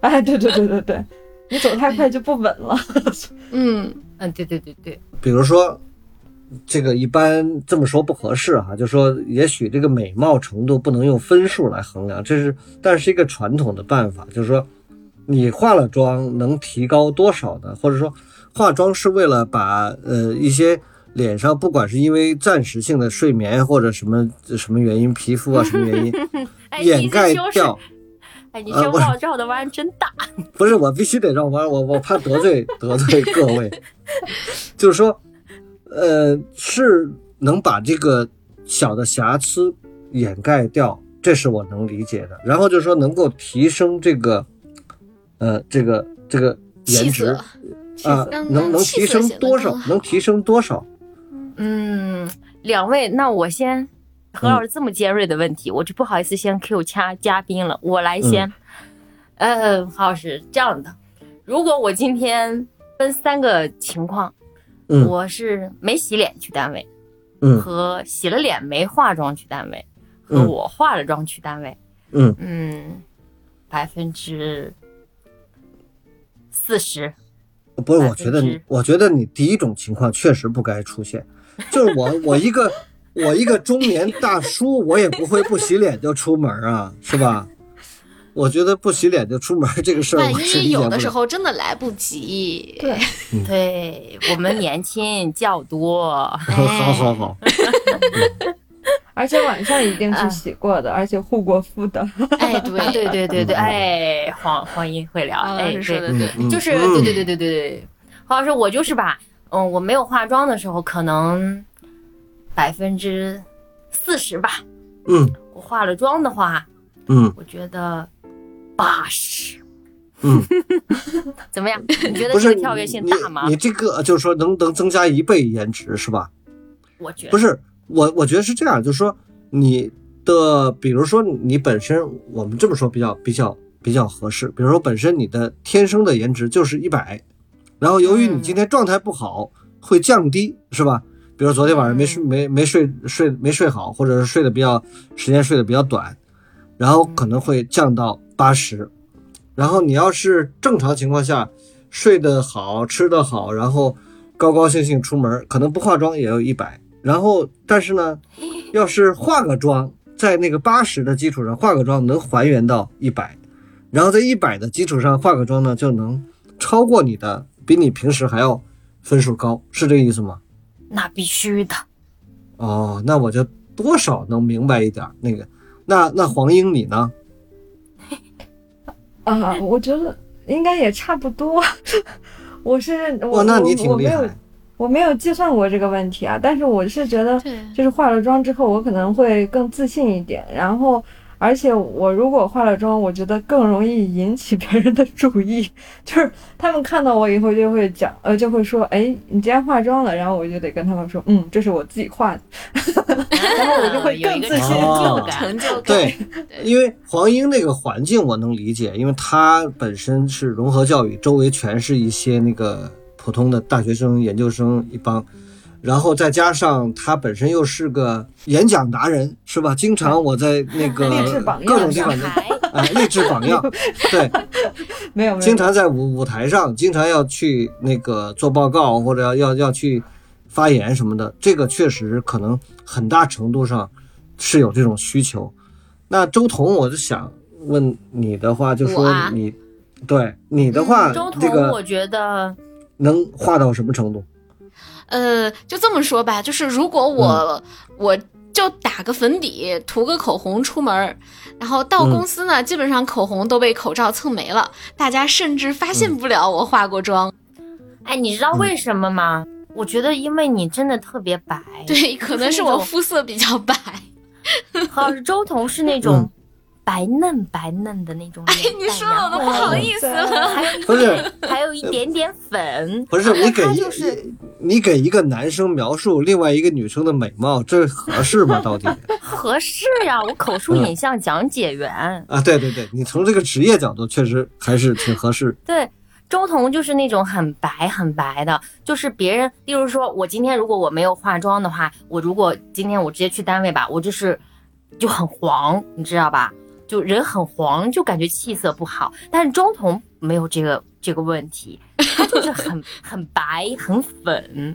Speaker 5: 哎，对对对对对，你走太快就不稳了。
Speaker 4: 嗯
Speaker 1: 嗯，对对对对，
Speaker 3: 比如说，这个一般这么说不合适哈、就说也许这个美貌程度不能用分数来衡量，这是但是一个传统的办法，就是说你化了妆能提高多少呢？或者说化妆是为了把呃一些脸上不管是因为暂时性的睡眠或者什么什么原因，皮肤啊什么原因
Speaker 1: 哎，
Speaker 3: 掩
Speaker 1: 你
Speaker 3: 盖
Speaker 1: 这修饰
Speaker 3: 掉。，
Speaker 1: 哎，你
Speaker 3: 呃
Speaker 1: 这
Speaker 3: 我
Speaker 1: 照照的弯真大，
Speaker 3: 不是，我必须得让我我我怕得罪得罪各位，就是说，呃，是能把这个小的瑕疵掩盖掉，这是我能理解的。然后就是说，能够提升这个，呃，这个这个颜
Speaker 4: 气
Speaker 3: 值
Speaker 4: 色
Speaker 3: 啊、
Speaker 4: 让
Speaker 3: 能能
Speaker 4: 气
Speaker 3: 提
Speaker 4: 色
Speaker 3: 升
Speaker 4: 显得
Speaker 3: 多
Speaker 4: 更
Speaker 3: 少？
Speaker 4: 好
Speaker 3: 能提升多少？
Speaker 1: 嗯，两位，那我先，何老师这么尖锐的问
Speaker 3: 嗯
Speaker 1: 题，我就不好意思先 Q 掐嘉宾了，我来先。呃，何老师，这样的，如果我今天分三个情况，
Speaker 3: 嗯
Speaker 1: 我是没洗脸去单位，
Speaker 3: 嗯
Speaker 1: 和洗了脸没化妆去单位，和
Speaker 3: 嗯
Speaker 1: 我化了妆去单位，
Speaker 3: 嗯，
Speaker 1: 嗯，百分之四十，
Speaker 3: 不是，我觉得
Speaker 1: 百分
Speaker 3: 你
Speaker 1: 之，
Speaker 3: 我觉得你第一种情况确实不该出现，就是我我一个我一个中年大叔，我也不会不洗脸就出门啊，是吧？我觉得不洗脸就出门这个事儿，
Speaker 4: 万
Speaker 3: 我是理
Speaker 4: 一
Speaker 3: 解不
Speaker 4: 有的时
Speaker 3: 了。
Speaker 4: 候真的来不及，
Speaker 5: 对
Speaker 1: 对我们年轻较多。
Speaker 3: 好
Speaker 1: 哎
Speaker 3: 好好好，
Speaker 5: 而且晚上一定是洗过的，而且护过肤的。
Speaker 4: 哎，
Speaker 1: 啊，对
Speaker 4: 对，
Speaker 1: 对对对，
Speaker 3: 嗯
Speaker 1: 哎，黄黄英会聊，
Speaker 4: 啊
Speaker 5: 啊
Speaker 4: 王老
Speaker 1: 哎，
Speaker 4: 师说的
Speaker 1: 对，
Speaker 3: 嗯
Speaker 4: 对，
Speaker 3: 嗯，
Speaker 1: 就是对对对对对对，黄老师，我就是吧，嗯，我没有化妆的时候，可能百分之四十吧，
Speaker 3: 嗯
Speaker 1: 我化了妆的话，
Speaker 3: 嗯
Speaker 1: 我觉得八十，
Speaker 3: 嗯，
Speaker 1: 怎么样？你觉得
Speaker 3: 不
Speaker 1: 这个
Speaker 3: 是
Speaker 1: 跳跃性
Speaker 3: 你
Speaker 1: 大吗
Speaker 3: 你？这个就是说能能增加一倍颜值是吧？
Speaker 1: 我觉
Speaker 3: 不
Speaker 1: 得
Speaker 3: 是，我我觉得是这样，就是说你的，比如说你本身，我们这么说比较比较比较合适。比如说本身你的天生的颜值就是一百，然后由于你今天状态不好，会降低，是吧？比如昨天晚上没睡、没没睡睡没睡好，或者是睡得比较时间睡得比较短，然后可能会降到八十。然后你要是正常情况下睡得好、吃得好，然后高高兴兴出门，可能不化妆也有一百。然后但是呢，要是化个妆，在那个八十的基础上化个妆，能还原到一百，然后在一百的基础上化个妆呢，就能超过你的，比你平时还要分数高，是这个意思吗？
Speaker 1: 那必须 的，
Speaker 3: 哦，那我就多少能明白一点儿那个。那那黄英你呢？
Speaker 5: 啊，我觉得应该也差不多。 我是
Speaker 3: 哇，
Speaker 5: 我
Speaker 3: 那
Speaker 5: 我
Speaker 3: 你
Speaker 5: 我
Speaker 3: 挺厉
Speaker 5: 没有
Speaker 3: 害。
Speaker 5: 我没有计算过这个问题啊，但是我是觉得
Speaker 4: 对，
Speaker 5: 就是化了妆之后，我可能会更自信一点。然后，而且我如果化了妆，我觉得更容易引起别人的注意， 就是他们看到我以后就会讲，呃，就会说，哎，你今天化妆了。然后我就得跟他们说，嗯，这是我自己化的。
Speaker 1: 然
Speaker 5: 后我就
Speaker 1: 啊
Speaker 5: 会
Speaker 1: 有一
Speaker 5: 更
Speaker 1: 个
Speaker 5: 自
Speaker 1: 成
Speaker 5: 信
Speaker 1: 就
Speaker 3: 哦
Speaker 1: 感。
Speaker 4: 成就感，
Speaker 3: 对，因为黄英那个环境我能理解，因为她本身是融合教育，周围全是一些那个普通的大学生、研究生一帮，然后再加上她本身又是个演讲达人，是吧？经常我在那个
Speaker 5: 励志榜样
Speaker 3: 各种地
Speaker 1: 上
Speaker 3: 方
Speaker 1: 海，
Speaker 3: 啊，励志榜样，对，
Speaker 5: 没有，没有，
Speaker 3: 经常在舞舞台上，经常要去那个做报告或者要要要去发言什么的，这个确实可能很大程度上是有这种需求。那周彤，我就想问你的话，就
Speaker 4: 我
Speaker 3: 说
Speaker 4: 啊
Speaker 3: 你、对你的话，
Speaker 1: 嗯周
Speaker 3: 这
Speaker 1: 彤，我
Speaker 3: 个
Speaker 1: 觉得
Speaker 3: 能画到什么程度？
Speaker 4: 呃，就这么说吧，就是如果我、我就打个粉底，涂个口红出门儿，然后到公司呢，基本上口红都被口罩蹭没了，大家甚至发现不了我化过妆。
Speaker 1: 哎，你知道为什么吗？我觉得因为你真的特别白，
Speaker 4: 对，可能是我肤色比较白。
Speaker 1: 何老师周彤是那种白嫩白嫩的那种脸蛋，
Speaker 4: 哎你说的我都不好意思 了。
Speaker 1: 然后还有一
Speaker 3: 不是
Speaker 1: 点还有一点点粉，
Speaker 3: 不是你给
Speaker 1: 他
Speaker 3: 一、
Speaker 1: 就是
Speaker 3: 你给一个男生描述另外一个女生的美貌，这合适吗？到底
Speaker 1: 合适呀、我口述影像讲解员，
Speaker 3: 啊，对对对，你从这个职业角度确实还是挺合适。
Speaker 1: 对。周彤就是那种很白很白的，就是别人，例如说，我今天如果我没有化妆的话，我如果今天我直接去单位吧，我就是就很黄，你知道吧？就人很黄，就感觉气色不好。但是中童没有这个这个问题，他就是 很很白很粉，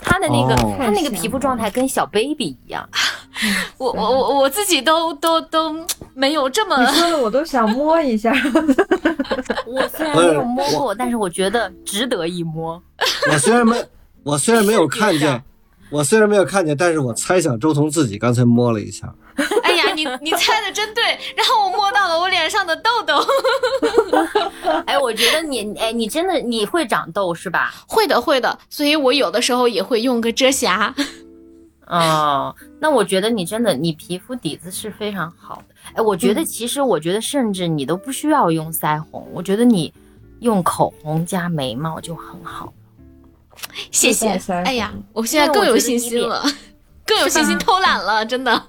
Speaker 1: 他的那个、
Speaker 3: 哦
Speaker 1: 他那个
Speaker 5: 太
Speaker 1: 皮
Speaker 5: 香
Speaker 1: 肤
Speaker 5: 了
Speaker 1: 状态跟小 baby 一样。
Speaker 4: 我我我我自己都都都没有这么
Speaker 5: 你 说的我都想摸一下。
Speaker 1: 我虽然没有
Speaker 3: 哎
Speaker 1: 摸
Speaker 3: 我
Speaker 1: 过，但是我觉得值得一摸。
Speaker 3: 我虽然没，我虽然没有看见，我虽然没有看见，但是我猜想周彤自己刚才摸了一下。
Speaker 4: 哎呀，你你猜的真对，然后我摸到了我脸上的痘痘。
Speaker 1: 哎，我觉得你哎，你真的你会长痘是吧？
Speaker 4: 会的，会的，所以我有的时候也会用个遮瑕。
Speaker 1: 哦，那我觉得你真的，你皮肤底子是非常好的。哎，我觉得
Speaker 4: 嗯
Speaker 1: 其实，我觉得甚至你都不需要用腮红，我觉得你用口红加眉毛就很好。
Speaker 4: 谢谢
Speaker 5: 自带腮。红
Speaker 4: 哎呀，我现在更有信心了， 更有信心偷 懒了，真的。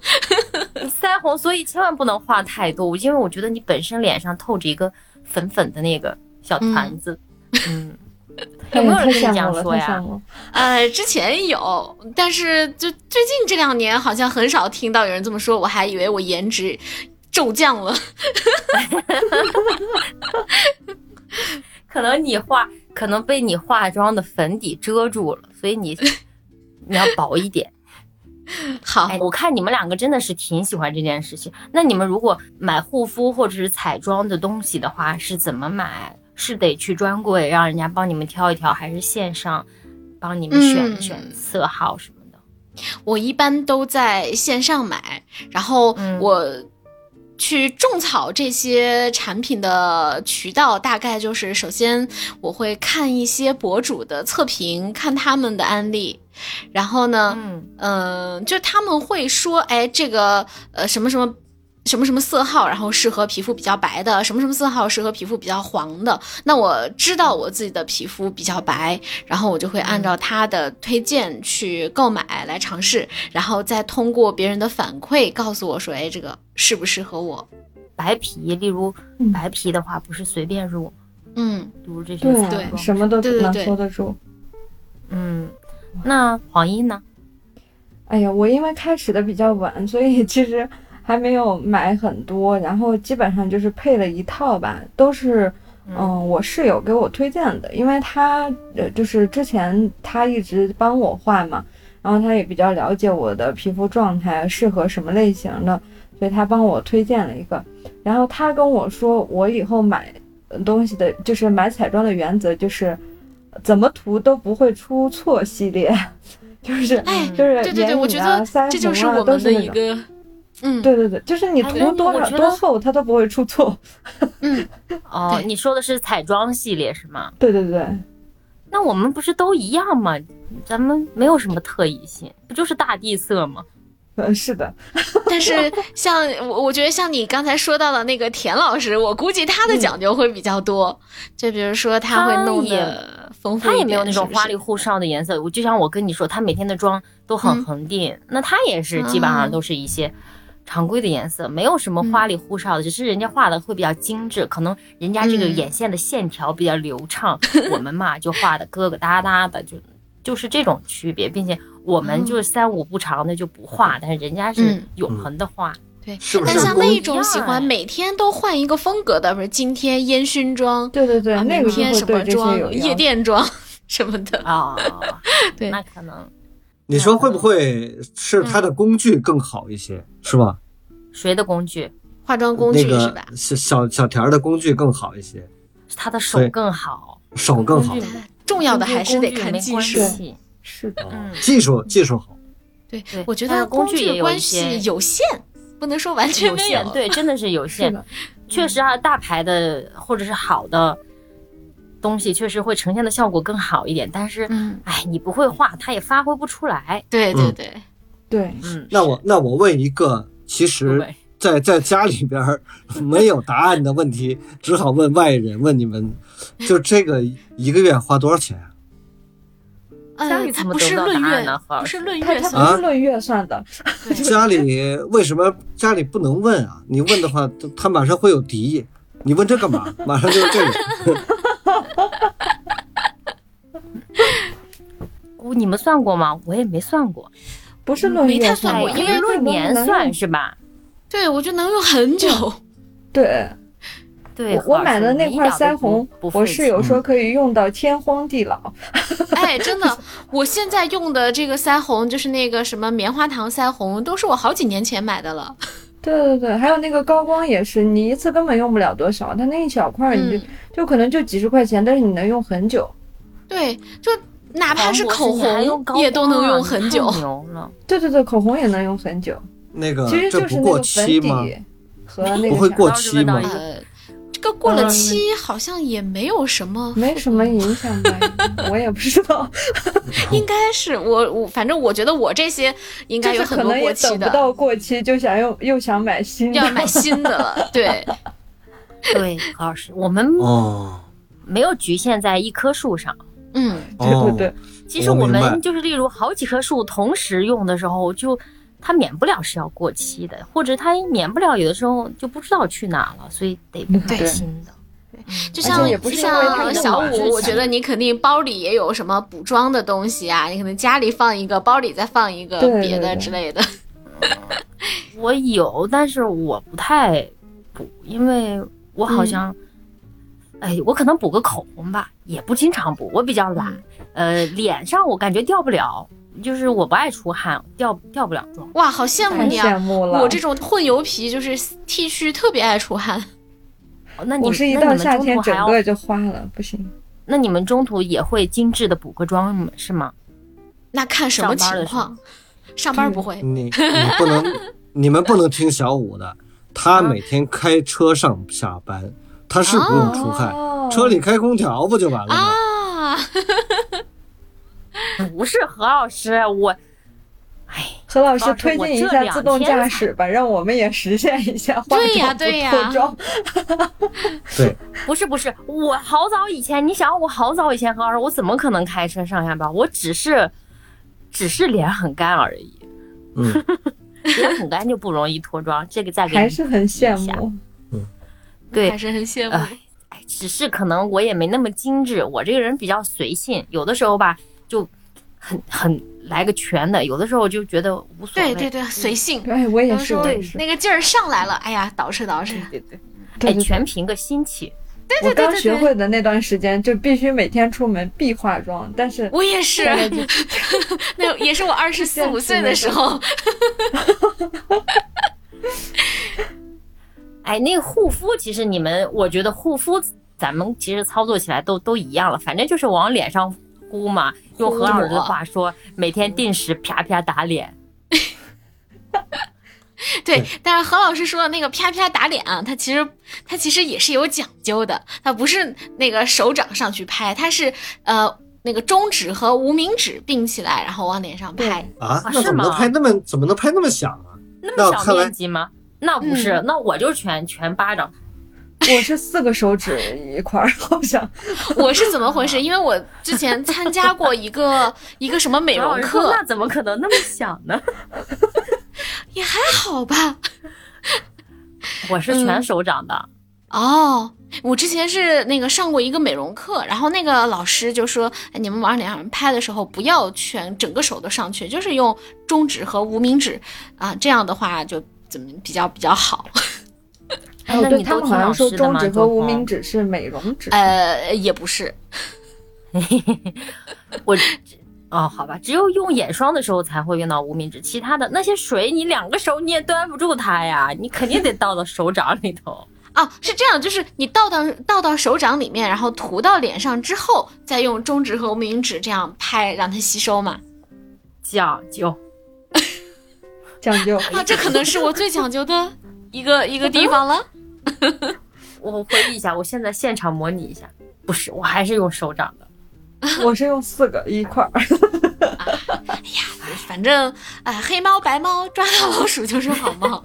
Speaker 1: 你 腮红，所以千万不能画太多，因为我觉得你本身脸上透着一个粉粉的那个小团子。嗯， 有没有人
Speaker 5: 哎太
Speaker 1: 跟你
Speaker 5: 羡
Speaker 1: 这样
Speaker 5: 慕了，
Speaker 1: 说
Speaker 5: 太
Speaker 1: 呀
Speaker 5: 羡？慕了。
Speaker 4: 呃，之前有，但是就最近这两年好像很少听到有人这么说，我还以为我颜值骤降了。
Speaker 1: 可能你化，可能被你化妆的粉底遮住了，所以你 你要薄一点。
Speaker 4: 好
Speaker 1: 哎，，我看你们两个真的是挺喜欢这件事情。那你们如果买护肤或者是彩妆的东西的话，是怎么买？是得去专柜让人家帮你们挑一挑，还是线上帮你们选、
Speaker 4: 嗯
Speaker 1: 选色号什么的？
Speaker 4: 我一般都在线上买，然后
Speaker 1: 嗯
Speaker 4: 我去种草这些产品的渠道，大概就是首先我会看一些博主的测评，看他们的案例，然后呢，
Speaker 1: 嗯
Speaker 4: 嗯，就他们会说，哎，这个呃什么什么。什么什么色号，然后适合皮肤比较白的；什么什么色号适合皮肤比较黄的。那我知道我自己的皮肤比较白，然后我就会
Speaker 5: 嗯
Speaker 4: 按照他的推荐去购买来尝试，然后再通过别人的反馈告诉我说，哎，这个适不适合我？
Speaker 1: 白皮，例如
Speaker 5: 嗯
Speaker 1: 白皮的话，不是随便入
Speaker 4: 嗯，
Speaker 1: 入这些
Speaker 5: 对啊
Speaker 1: 彩妆。
Speaker 5: 什么都
Speaker 4: 对对
Speaker 5: 能
Speaker 4: 对
Speaker 5: 说得住。
Speaker 1: 嗯，那黄奕呢？
Speaker 5: 哎呀，我因为开始的比较晚，所以其实还没有买很多，然后基本上就是配了一套吧，都是嗯、我室友给我推荐的，因为他呃就是之前他一直帮我画嘛，然后他也比较了解我的皮肤状态啊适合什么类型的，所以他帮我推荐了一个，然后他跟我说我以后买呃东西的就是买彩妆的原则就是怎么涂都不会出错系列， 就是。
Speaker 4: 哎，
Speaker 5: 就
Speaker 4: 对
Speaker 5: 是
Speaker 4: 对对，
Speaker 5: 眼
Speaker 4: 我
Speaker 5: 影
Speaker 4: 觉
Speaker 5: 啊
Speaker 4: 得
Speaker 5: 腮
Speaker 4: 这就
Speaker 5: 红
Speaker 4: 是
Speaker 5: 啊
Speaker 4: 我
Speaker 5: 都
Speaker 4: 们
Speaker 5: 是
Speaker 4: 的
Speaker 5: 那
Speaker 4: 一
Speaker 5: 种
Speaker 4: 个，嗯，
Speaker 5: 对对对，就是你
Speaker 1: 哎
Speaker 5: 涂
Speaker 1: 那
Speaker 5: 多
Speaker 1: 我
Speaker 5: 少
Speaker 1: 觉得
Speaker 5: 多厚，它都不会出错。
Speaker 1: 哦，
Speaker 4: 对
Speaker 1: 你说的是彩妆系列是吗？
Speaker 5: 对对对，
Speaker 1: 那我们不是都一样吗？咱们没有什么特异性，不就是大地色吗？
Speaker 5: 嗯，是的，
Speaker 4: 但是像我，我觉得像你刚才说到的那个田老师，我估计他的讲究会比较多，就比如说他会弄得丰
Speaker 1: 嗯
Speaker 4: 富
Speaker 1: 他
Speaker 4: 一点，
Speaker 1: 也没有那种
Speaker 4: 是不是
Speaker 1: 花里胡哨的颜色。我就像我跟你说，他每天的妆都很
Speaker 4: 嗯啊
Speaker 1: 恒定，那他也是基本上都是一些常规的颜色，没有什么
Speaker 4: 嗯
Speaker 1: 花里胡哨的，只是人家画的会比较精致，可能人家这个
Speaker 4: 嗯
Speaker 1: 眼线的线条比较流畅，我们嘛就画的疙疙瘩瘩的，就就是这种区别，并且我们就是三五不长的就不画，但是人家是
Speaker 4: 哦嗯
Speaker 1: 永恒的画。
Speaker 4: 对。
Speaker 3: 是不
Speaker 4: 但
Speaker 3: 是
Speaker 4: 像
Speaker 3: 公
Speaker 4: 那种喜
Speaker 1: 不一样哎
Speaker 4: 欢每天都换一个风格的，比如今天烟熏妆，
Speaker 5: 对对对，
Speaker 4: 啊，
Speaker 5: 那
Speaker 4: 明
Speaker 5: 个就
Speaker 4: 天
Speaker 5: 会
Speaker 4: 什么
Speaker 5: 对这些有
Speaker 4: 妆，
Speaker 5: 要
Speaker 4: 夜
Speaker 5: 求。
Speaker 4: 店妆 什么的。
Speaker 1: 啊，
Speaker 4: 嗯对
Speaker 1: 那可能
Speaker 3: 你说会不会
Speaker 4: 嗯
Speaker 3: 是它的工具更好一些，是吧？
Speaker 1: 谁的工具，
Speaker 4: 化妆工具
Speaker 3: 那
Speaker 4: 是吧
Speaker 3: 个？小小小条儿的工具更好一些，
Speaker 1: 是他的手
Speaker 3: 对
Speaker 1: 更好，
Speaker 3: 手更好
Speaker 1: 工，具
Speaker 4: 重要的还是得看
Speaker 1: 工具
Speaker 4: 技
Speaker 1: 没
Speaker 4: 术。
Speaker 1: 关系。
Speaker 5: 是的，
Speaker 3: 哦
Speaker 1: 嗯
Speaker 3: 技术技术好。
Speaker 4: 对
Speaker 1: 对
Speaker 4: 我觉
Speaker 1: 它
Speaker 4: 得
Speaker 1: 的工具也
Speaker 4: 具
Speaker 1: 有一
Speaker 4: 关
Speaker 1: 些
Speaker 4: 系有限，不能说完全没
Speaker 1: 限，对，真的是有
Speaker 5: 是
Speaker 1: 限。
Speaker 5: 的，
Speaker 1: 确实啊，大牌的或者是好的东西，确实会呈现的效果更好一点。但是，
Speaker 4: 嗯，
Speaker 1: 哎，你不会画，它也发挥不出来。
Speaker 4: 对对
Speaker 3: 嗯
Speaker 4: 对，
Speaker 5: 对，
Speaker 1: 嗯，
Speaker 3: 那我那我问一个，其实
Speaker 1: 对
Speaker 3: 在在家里 边儿没有答案的问题，只好问外人，问你们，就这个一个月花多少钱啊？
Speaker 1: 家
Speaker 4: 嗯，
Speaker 1: 里
Speaker 4: 它
Speaker 1: 怎么
Speaker 4: 不是
Speaker 1: 得到
Speaker 4: 论
Speaker 1: 答案
Speaker 4: 月
Speaker 1: 呢何，
Speaker 4: 不
Speaker 1: 老
Speaker 4: 是
Speaker 1: 师
Speaker 4: 论
Speaker 5: 它
Speaker 4: 月
Speaker 5: 它
Speaker 4: 算，
Speaker 3: 啊
Speaker 5: 不是论月算的，
Speaker 3: 家里为什么家里不能问啊？你问的话，他他马上会有敌意。你问这干嘛？ 马上就是这个。
Speaker 1: 我你们算过吗？我也没算过，
Speaker 5: 不是论
Speaker 4: 没
Speaker 5: 月
Speaker 4: 太
Speaker 5: 算
Speaker 4: 算过
Speaker 5: 的
Speaker 1: 哎
Speaker 4: 因为
Speaker 5: 这个
Speaker 1: 论
Speaker 5: 能
Speaker 1: 年
Speaker 5: 能
Speaker 1: 算是吧？
Speaker 4: 对我就能用很久。
Speaker 5: 对
Speaker 1: 对
Speaker 5: 我，我买的那块腮红，我室友说可以用到天荒地老。
Speaker 4: 哎，真的，我现在用的这个腮红，就是那个什么棉花糖腮红，都是我好几年前买的了。
Speaker 5: 对对对，还有那个高光也是，你一次根本用不了多少，它那一小块儿你就、
Speaker 4: 嗯
Speaker 5: 就可能就几十块钱，但是你能用很久。
Speaker 4: 对，就哪怕是
Speaker 1: 韩国
Speaker 4: 口
Speaker 1: 你还用
Speaker 4: 红
Speaker 1: 高
Speaker 4: 也都能
Speaker 1: 光啊
Speaker 4: 用很久
Speaker 1: 你太。牛 了，
Speaker 5: 对对对，口红也能用很久，
Speaker 3: 那个
Speaker 5: 其实
Speaker 3: 嗯这
Speaker 5: 就
Speaker 3: 不
Speaker 5: 是那个
Speaker 3: 过
Speaker 5: 粉
Speaker 3: 期吗？
Speaker 5: 底和那个
Speaker 3: 不会
Speaker 5: 啥
Speaker 3: 过
Speaker 1: 到时候
Speaker 3: 期
Speaker 1: 到
Speaker 3: 吗
Speaker 1: 一？个
Speaker 4: 呃，这个过了
Speaker 5: 嗯
Speaker 4: 期好像也没有什 么，
Speaker 5: 没什么影响吧，我也不知道，
Speaker 4: 应该是我我反正我觉得我 这些应
Speaker 5: 就
Speaker 4: 该有
Speaker 5: 是
Speaker 4: 很
Speaker 5: 可
Speaker 4: 多
Speaker 5: 能
Speaker 4: 过
Speaker 5: 也
Speaker 4: 期
Speaker 5: 等不
Speaker 4: 的，
Speaker 5: 到过期就想用又想买新的
Speaker 4: 要。买新的 了。对，
Speaker 1: 对，何老师，我们
Speaker 3: 哦
Speaker 1: 没有局限在一棵树上。
Speaker 4: 嗯，
Speaker 5: 对
Speaker 3: 哦，
Speaker 5: 对对，
Speaker 1: 其实
Speaker 3: 我
Speaker 1: 我
Speaker 3: 明白
Speaker 1: 们就是，例如好几棵树同时用的时候，就它免不了是要过期的，或者它免不了有的时候就不知道去哪了，所以得
Speaker 5: 嗯
Speaker 1: 买
Speaker 4: 对
Speaker 1: 新的。
Speaker 4: 就
Speaker 5: 而
Speaker 4: 像
Speaker 5: 且也不是因为它
Speaker 4: 像
Speaker 5: 用
Speaker 4: 小
Speaker 5: 完之
Speaker 4: 五，我
Speaker 5: 前
Speaker 4: 觉得你肯定包里也有什么补妆的东西啊，你可能家里放一个，包里再放一个
Speaker 5: 对对
Speaker 4: 别的
Speaker 5: 对
Speaker 4: 之类的。
Speaker 1: 我有，但是我不太补，因为我好
Speaker 5: 嗯
Speaker 1: 像，哎，我可能补个口红吧，也不经常补，我比较懒。
Speaker 5: 嗯
Speaker 1: 呃，脸上我感觉掉不了，就是我不爱出汗，掉掉不了妆。
Speaker 4: 哇，好羡慕
Speaker 5: 太
Speaker 4: 你啊
Speaker 5: 羡！慕了。
Speaker 4: 我这种混油皮就是 T 区特别爱出汗，
Speaker 1: 哦那你
Speaker 5: 我是一
Speaker 1: 那
Speaker 5: 到
Speaker 1: 你们
Speaker 5: 夏
Speaker 1: 中
Speaker 5: 天
Speaker 1: 途还
Speaker 5: 整
Speaker 1: 要
Speaker 5: 个就花了，不行。
Speaker 1: 那你们中途也会精致的补个妆是吗？
Speaker 4: 那看什么
Speaker 1: 上班的
Speaker 4: 情
Speaker 1: 时候
Speaker 4: 况。上班不会，
Speaker 3: 你你不能，你们不能听小五的，他每天开车上下班，他是不用出汗，
Speaker 5: 哦
Speaker 3: 车里开空调不就完了吗？
Speaker 4: 啊，
Speaker 1: 不是何老师，啊我
Speaker 5: 何老师
Speaker 4: 啊
Speaker 1: 老师
Speaker 5: 推
Speaker 1: 我
Speaker 5: 荐一
Speaker 1: 这
Speaker 5: 下
Speaker 1: 两
Speaker 5: 自动
Speaker 1: 天
Speaker 5: 驾
Speaker 1: 才
Speaker 5: 驶吧，让我们也实现一下化
Speaker 4: 对呀
Speaker 5: 妆不
Speaker 4: 对呀
Speaker 5: 脱妆。
Speaker 3: 对，
Speaker 1: 不是不是，我好早以前，你想我好早以前何老师，我怎么可能开车上下班？我只是，只是脸很干而已，
Speaker 3: 嗯，
Speaker 1: 脸很干就不容易脱妆。这个再给你
Speaker 5: 还是很羡
Speaker 1: 一下
Speaker 5: 慕。
Speaker 1: 对
Speaker 4: 还，是很羡慕。
Speaker 1: 哎哎，只是可能我也没那么精致，我这个人比较随性，有的时候吧就很很来个全的，有的时候就觉得无所
Speaker 4: 对
Speaker 1: 谓。
Speaker 4: 对对，随性。
Speaker 5: 哎，我也
Speaker 4: 有
Speaker 5: 是，
Speaker 4: 时
Speaker 5: 我
Speaker 4: 候
Speaker 5: 也是。
Speaker 4: 那个劲儿上来了，哎呀，捯饬捯饬。
Speaker 1: 对对
Speaker 5: 对
Speaker 1: 哎，
Speaker 5: 对
Speaker 1: 全凭个心情。
Speaker 5: 我刚学
Speaker 4: 对
Speaker 5: 会的那段时间，就必须每天出门必化妆，但是
Speaker 4: 我也是
Speaker 5: 大概就，
Speaker 4: 那也是我二十四五岁的时候，
Speaker 1: 哎，那个护肤其实你们，我觉得护肤咱们其实操作起来都都一样了，反正就是往脸上敷嘛。用何老师的话说，每天定时啪啪打脸。
Speaker 4: 对
Speaker 3: 对。
Speaker 4: 但是何老师说的那个啪啪打脸啊，它其实它其实也是有讲究的，它不是那个手掌上去拍，它是呃那个中指和无名指并起来，然后往脸上拍。
Speaker 3: 啊
Speaker 1: 啊，
Speaker 3: 那
Speaker 1: 是
Speaker 3: 怎么能
Speaker 1: 吗
Speaker 3: 拍那么怎么能拍那么响啊？
Speaker 1: 那
Speaker 3: 那
Speaker 1: 么小
Speaker 3: 看来
Speaker 1: 面积吗？那不
Speaker 5: 嗯
Speaker 1: 是，那我就全全巴掌。
Speaker 5: 我是四个手指一块儿，好像
Speaker 4: 我是怎么回事？因为我之前参加过一个一个什么美
Speaker 1: 何老
Speaker 4: 容
Speaker 1: 师说
Speaker 4: 课，
Speaker 1: 那怎么可能那么小呢？
Speaker 4: 也还好吧。
Speaker 1: 我
Speaker 5: 嗯
Speaker 1: 是全手掌的。
Speaker 4: 哦，我之前是那个上过一个美容课，然后那个老师就说，哎你们往脸上拍的时候不要全整个手都上去，就是用中指和无名指啊，这样的话就怎么比较比较好。
Speaker 1: 哎，那
Speaker 5: 对
Speaker 1: 你
Speaker 5: 他
Speaker 1: 都
Speaker 5: 们
Speaker 1: 听
Speaker 5: 好
Speaker 1: 老
Speaker 5: 像说
Speaker 1: 师的嗯
Speaker 5: 中
Speaker 1: 吗？
Speaker 5: 指和无名
Speaker 1: 指，
Speaker 5: 指是美容
Speaker 1: 哎
Speaker 5: 指，
Speaker 4: 呃，也不是，
Speaker 1: 我哦，好吧，只有用眼霜的时候才会用到无名指，其他的那些水你两个手你也端不住它呀，你肯定得倒到手掌里头。
Speaker 4: 啊，是这样，就是你倒到倒到手掌里面，然后涂到脸上之后，再用中指和无名指这样拍，让它吸收嘛。
Speaker 1: 讲究。
Speaker 5: 讲 究。
Speaker 4: 啊，这可能是我最讲究的一个一个地方了。
Speaker 1: 我回忆一下，我现在现场模拟一下，不是，我还是用手掌的。
Speaker 5: 我是用四个一块儿，
Speaker 4: 反正哎，黑猫白猫抓到老鼠就是好 猫。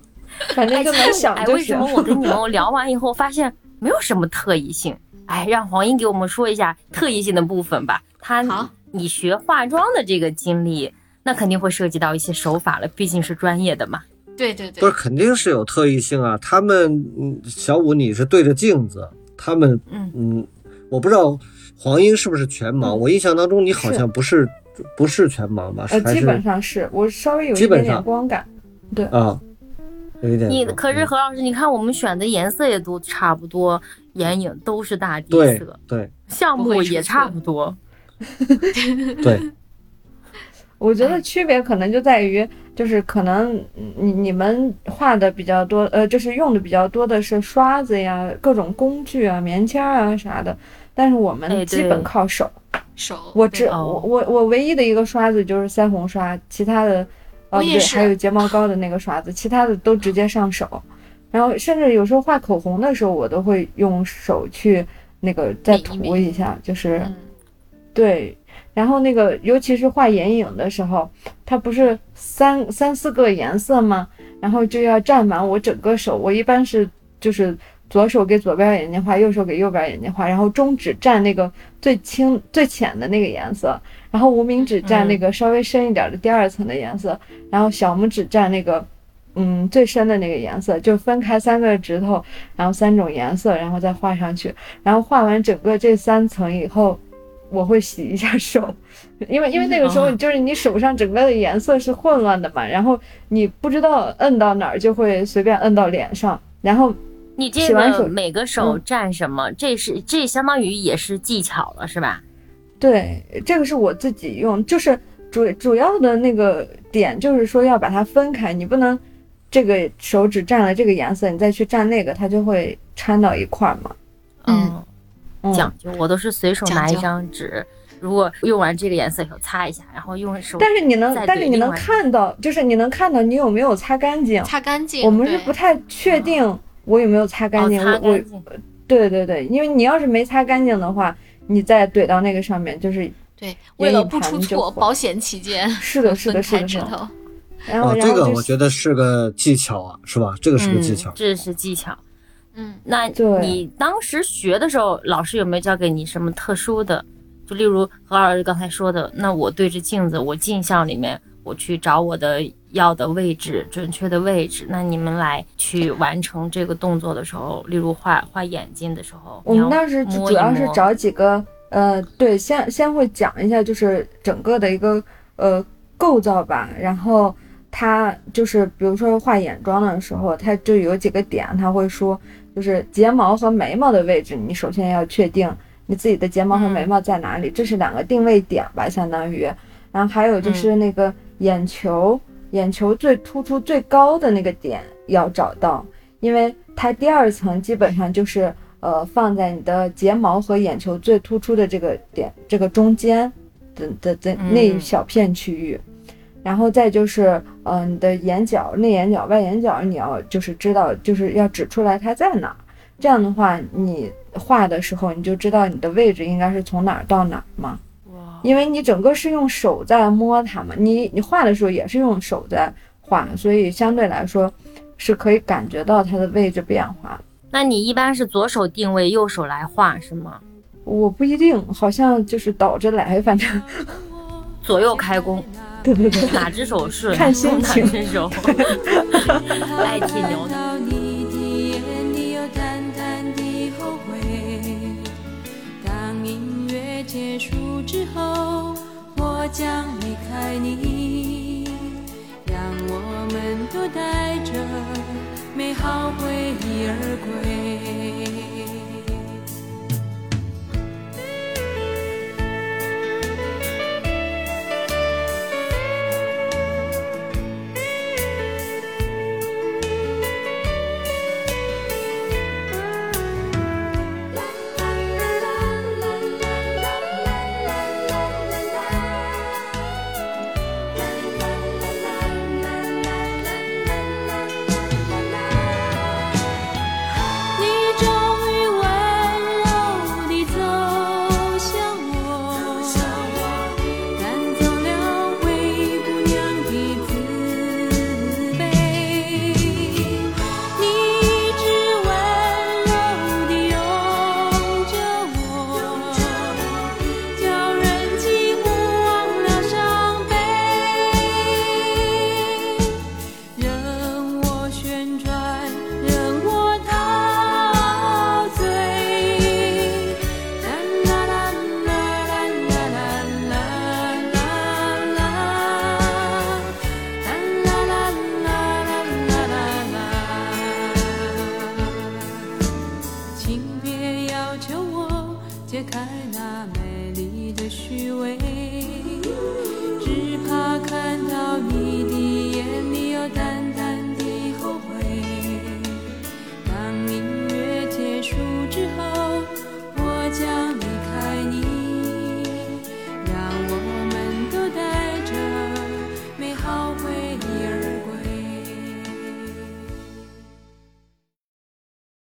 Speaker 5: 反正就能想
Speaker 1: 哎，
Speaker 5: 就
Speaker 1: 为什
Speaker 5: 行。
Speaker 1: 么我跟你 们聊完以后发现没有什么特异性？哎，让黄英给我们说一下特异性的部分吧。她
Speaker 4: 好，
Speaker 1: 你学化妆的这个经历，那肯定会涉及到一些手法了，毕竟是专业的嘛。
Speaker 4: 对对对
Speaker 3: 不是，，肯定是有特异性啊。他们嗯小五你是对着镜子，他们
Speaker 1: 嗯
Speaker 3: 嗯，我不知道黄英是不是全盲，我印象当中你好像不是不是全盲吧？还
Speaker 5: 呃，基
Speaker 3: 是
Speaker 5: 本上是我稍微有
Speaker 3: 基
Speaker 5: 一
Speaker 3: 本
Speaker 5: 点点
Speaker 3: 上
Speaker 5: 光感，
Speaker 3: 啊，有一点
Speaker 1: 你
Speaker 3: 多
Speaker 1: 可是
Speaker 3: 嗯
Speaker 1: 何老师，你看我们选的颜色也都差不多，眼影都是大地
Speaker 3: 对
Speaker 1: 色，
Speaker 3: 对
Speaker 1: 项
Speaker 4: 不
Speaker 1: 目
Speaker 4: 会出
Speaker 1: 也差
Speaker 4: 错
Speaker 1: 不多。
Speaker 3: 对，
Speaker 5: 我觉得
Speaker 1: 嗯
Speaker 5: 区别可能就在于，就是可能你你们画的比较多，呃，就是用的比较多的是刷子呀、各种工具啊、棉签儿啊啥的，但是我
Speaker 1: 哎
Speaker 5: 们基本
Speaker 1: 对
Speaker 5: 靠手。
Speaker 4: 手。
Speaker 5: 我只
Speaker 4: 对
Speaker 1: 哦
Speaker 5: 我我我唯一的一个刷子就是腮红刷，其他的
Speaker 4: 我
Speaker 5: 哦不
Speaker 4: 也
Speaker 5: 对，
Speaker 4: 是
Speaker 5: 还有睫毛膏的那个刷子，其他的都直接上手。然后甚至有时候画口红的时候，我都会用手去那个再
Speaker 4: 抿一
Speaker 5: 涂
Speaker 4: 抿
Speaker 5: 一下，就是。
Speaker 4: 嗯，
Speaker 5: 对，然后那个尤其是画眼影的时候，它不是三三四个颜色吗？然后就要占满我整个手。我一般是就是左手给左边眼睛画，右手给右边眼睛画，然后中指蘸那个最轻最浅的那个颜色，然后无名指蘸
Speaker 4: 嗯
Speaker 5: 那个稍微深一点的第二层的颜色，然后小拇指蘸那个。嗯，最深的那个颜色就分开三个指头，然后三种颜色，然后再画上去。然后画完整个这三层以后，我会洗一下手， 因为因为那个时候
Speaker 1: 哦
Speaker 5: 就是你手上整个的颜色是混乱的嘛，然后你不知道摁到哪儿就会随便摁到脸上，然后
Speaker 1: 你这
Speaker 5: 洗完手
Speaker 1: 个
Speaker 5: 嗯
Speaker 1: 每个手蘸什么，这是这相当于也是技巧了，是吧？
Speaker 5: 对，这个是我自己用，就是主主要的那个点就是说要把它分开，你不能这个手指蘸了这个颜色，你再去蘸那个，它就会掺到一块儿嘛。
Speaker 4: 嗯
Speaker 5: 嗯，
Speaker 1: 讲究，我都是随手拿一
Speaker 4: 讲究
Speaker 1: 张纸，如果用完这个颜色以后擦一下，然后用手。哦
Speaker 5: 但是你能
Speaker 1: 再，
Speaker 5: 但
Speaker 1: 对
Speaker 5: 是你
Speaker 1: 另
Speaker 5: 能
Speaker 1: 外一
Speaker 5: 看到，就是你能看到你有没有擦干净。
Speaker 4: 擦干净。
Speaker 5: 我们是
Speaker 4: 对
Speaker 5: 不太确定我有没有擦干
Speaker 1: 嗯哦，
Speaker 5: 净，
Speaker 1: 擦
Speaker 5: 我我
Speaker 1: 干净。
Speaker 5: 对对对，因为你要是没擦干净的话，你再怼到那个上面，就是
Speaker 4: 对，为了不出
Speaker 5: 眼影盘就
Speaker 4: 错，
Speaker 5: 火
Speaker 4: 保险起见，
Speaker 5: 是 的，是
Speaker 4: 分
Speaker 5: 的，是
Speaker 4: 开
Speaker 5: 的，
Speaker 4: 指
Speaker 5: 是的
Speaker 4: 头。
Speaker 5: 然后
Speaker 3: 哦，
Speaker 5: 然
Speaker 3: 这
Speaker 5: 后
Speaker 3: 个
Speaker 5: 就
Speaker 3: 我觉得是个技巧啊，是吧？这个是个技巧
Speaker 1: 嗯，，这是技巧。
Speaker 4: 嗯，
Speaker 1: 那
Speaker 5: 对
Speaker 1: 你当时学的时候，老师有没有教给你什么特殊的？就例如何老师刚才说的，那我对着镜子，我镜像里面，我去找我的要的位置，准确的位置。那你们来去完成这个动作的时候，例如画画眼睛的时候，
Speaker 5: 我
Speaker 1: 你
Speaker 5: 们
Speaker 1: 要
Speaker 5: 当时主
Speaker 1: 摸
Speaker 5: 主
Speaker 1: 一
Speaker 5: 要是
Speaker 1: 摸
Speaker 5: 找几个呃，对，先先会讲一下就是整个的一个呃构造吧，然后它就是比如说画眼妆的时候，它就有几个点，它会说就是睫毛和眉毛的位置，你首先要确定你自己的睫毛和
Speaker 1: 嗯
Speaker 5: 眉毛在哪里，这是两个定位点吧，相当于，然后还有
Speaker 1: 嗯
Speaker 5: 就是那个眼球，眼球最突出最高的那个点要找到，因为它第二层基本上就是呃放在你的睫毛和眼球最突出的这个点这个中间的的的
Speaker 1: 嗯
Speaker 5: 那一小片区域。然后再就是，呃，你的眼角、内眼角、外眼角，你要就是知道，就是要指出来它在哪儿。这样的话，你画的时候你就知道你的位置应该是从哪儿到哪儿嘛。
Speaker 1: 哇，
Speaker 5: 因为你整个是用手在摸它嘛，你你画的时候也是用手在画，所以相对来说是可以感觉到它的位置变化。
Speaker 1: 那你一般是左手定位，右手来画是吗？
Speaker 5: 我不一定，好像就是倒着来，反正
Speaker 1: 左右开弓，
Speaker 5: 对对对，
Speaker 1: 哪只手顺？
Speaker 5: 看心情
Speaker 1: 哪只手？ 爱挺牛的。
Speaker 6: 到你的眼里有淡淡的后悔。当音乐结束之后，我将离开你，让我们都带着美好回忆而归。